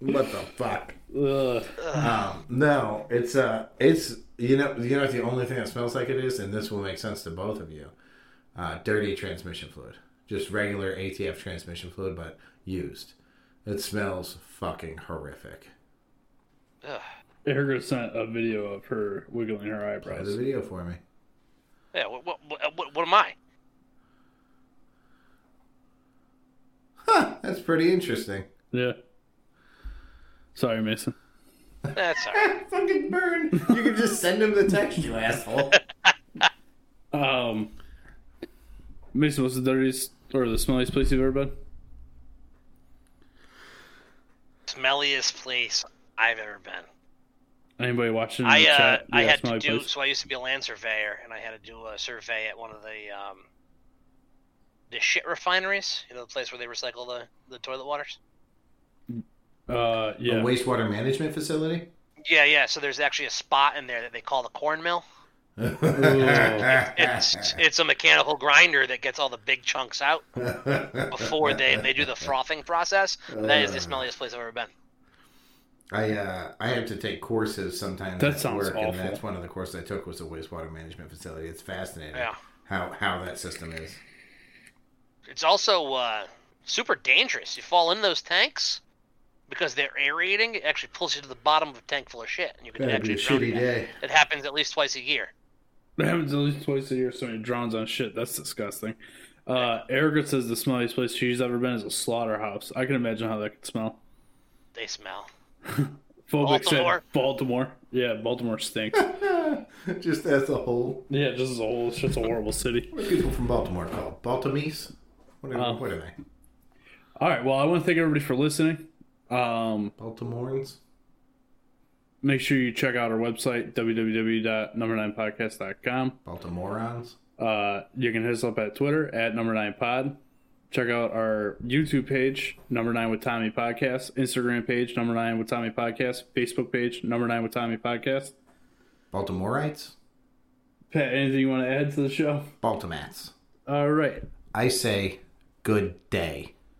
[SPEAKER 1] what the fuck? Um,
[SPEAKER 2] Ugh.
[SPEAKER 1] No, it's uh it's you know you know what the only thing that smells like it is, and this will make sense to both of you. Uh, dirty transmission fluid. just regular ATF transmission fluid, but used. It smells fucking horrific.
[SPEAKER 3] Ugh.
[SPEAKER 2] Ergo sent a video of her wiggling her
[SPEAKER 1] Play
[SPEAKER 2] eyebrows.
[SPEAKER 1] the video for me.
[SPEAKER 3] Yeah, what, what, what, what, what am I?
[SPEAKER 1] Huh, that's pretty interesting.
[SPEAKER 2] Yeah. Sorry, Mason.
[SPEAKER 3] That's all right.
[SPEAKER 1] fucking burn. You can just send him the text, you asshole.
[SPEAKER 2] Um, Mason, what's the dirtiest or the smelliest place you've ever been?
[SPEAKER 3] Smelliest place I've ever been.
[SPEAKER 2] Anybody watching? in
[SPEAKER 3] I
[SPEAKER 2] Hmm, the
[SPEAKER 3] uh,
[SPEAKER 2] chat?
[SPEAKER 3] I
[SPEAKER 2] Yeah,
[SPEAKER 3] had to
[SPEAKER 2] smelly
[SPEAKER 3] do
[SPEAKER 2] place.
[SPEAKER 3] so. I used to be a land surveyor, and I had to do a survey at one of the um, the shit refineries. You know, the place where they recycle the the toilet waters.
[SPEAKER 2] Uh,
[SPEAKER 1] A
[SPEAKER 2] yeah.
[SPEAKER 1] wastewater management facility?
[SPEAKER 3] Yeah, yeah. So there's actually a spot in there that they call the corn mill. It's it's a mechanical grinder that gets all the big chunks out before they, they do the frothing process. That is the smelliest place I've ever been.
[SPEAKER 1] I uh, I have to take courses sometimes.
[SPEAKER 2] That
[SPEAKER 1] at
[SPEAKER 2] sounds
[SPEAKER 1] work,
[SPEAKER 2] awful.
[SPEAKER 1] And that's one of the courses I took was a wastewater management facility. It's fascinating
[SPEAKER 3] Yeah.
[SPEAKER 1] how how that system is.
[SPEAKER 3] It's also uh, super dangerous. You fall in those tanks because they're aerating. It actually pulls you to the bottom of a tank full of shit, and you can
[SPEAKER 1] That'd be
[SPEAKER 3] actually
[SPEAKER 1] a
[SPEAKER 3] drown
[SPEAKER 1] shitty
[SPEAKER 3] to
[SPEAKER 1] day.
[SPEAKER 3] death. It happens at least twice a year.
[SPEAKER 2] That happens at least twice a year. Somebody drowns on shit. That's disgusting. Uh, Erica says the smelliest place she's ever been is a slaughterhouse. I can imagine how that could smell.
[SPEAKER 3] They smell.
[SPEAKER 2] Phobic
[SPEAKER 3] Baltimore.
[SPEAKER 2] said Baltimore. Yeah, Baltimore stinks.
[SPEAKER 1] Just as a whole,
[SPEAKER 2] yeah, just as a whole, it's just a horrible city.
[SPEAKER 1] what are people from Baltimore called Baltimese. What are, what are they?
[SPEAKER 2] All right. Well, I want to thank everybody for listening. Um,
[SPEAKER 1] Baltimoreans.
[SPEAKER 2] make sure you check out our website www.number9podcast.com.
[SPEAKER 1] Baltimoreans.
[SPEAKER 2] Uh, you can hit us up at Twitter at number nine pod. Check out our YouTube page, number nine with Tommy podcast, Instagram page, number nine with Tommy podcast, Facebook page, number nine with Tommy podcast.
[SPEAKER 1] Baltimoreites.
[SPEAKER 2] Pat, anything you want to add to the show?
[SPEAKER 1] Baltimats.
[SPEAKER 2] All right.
[SPEAKER 1] I say, good day.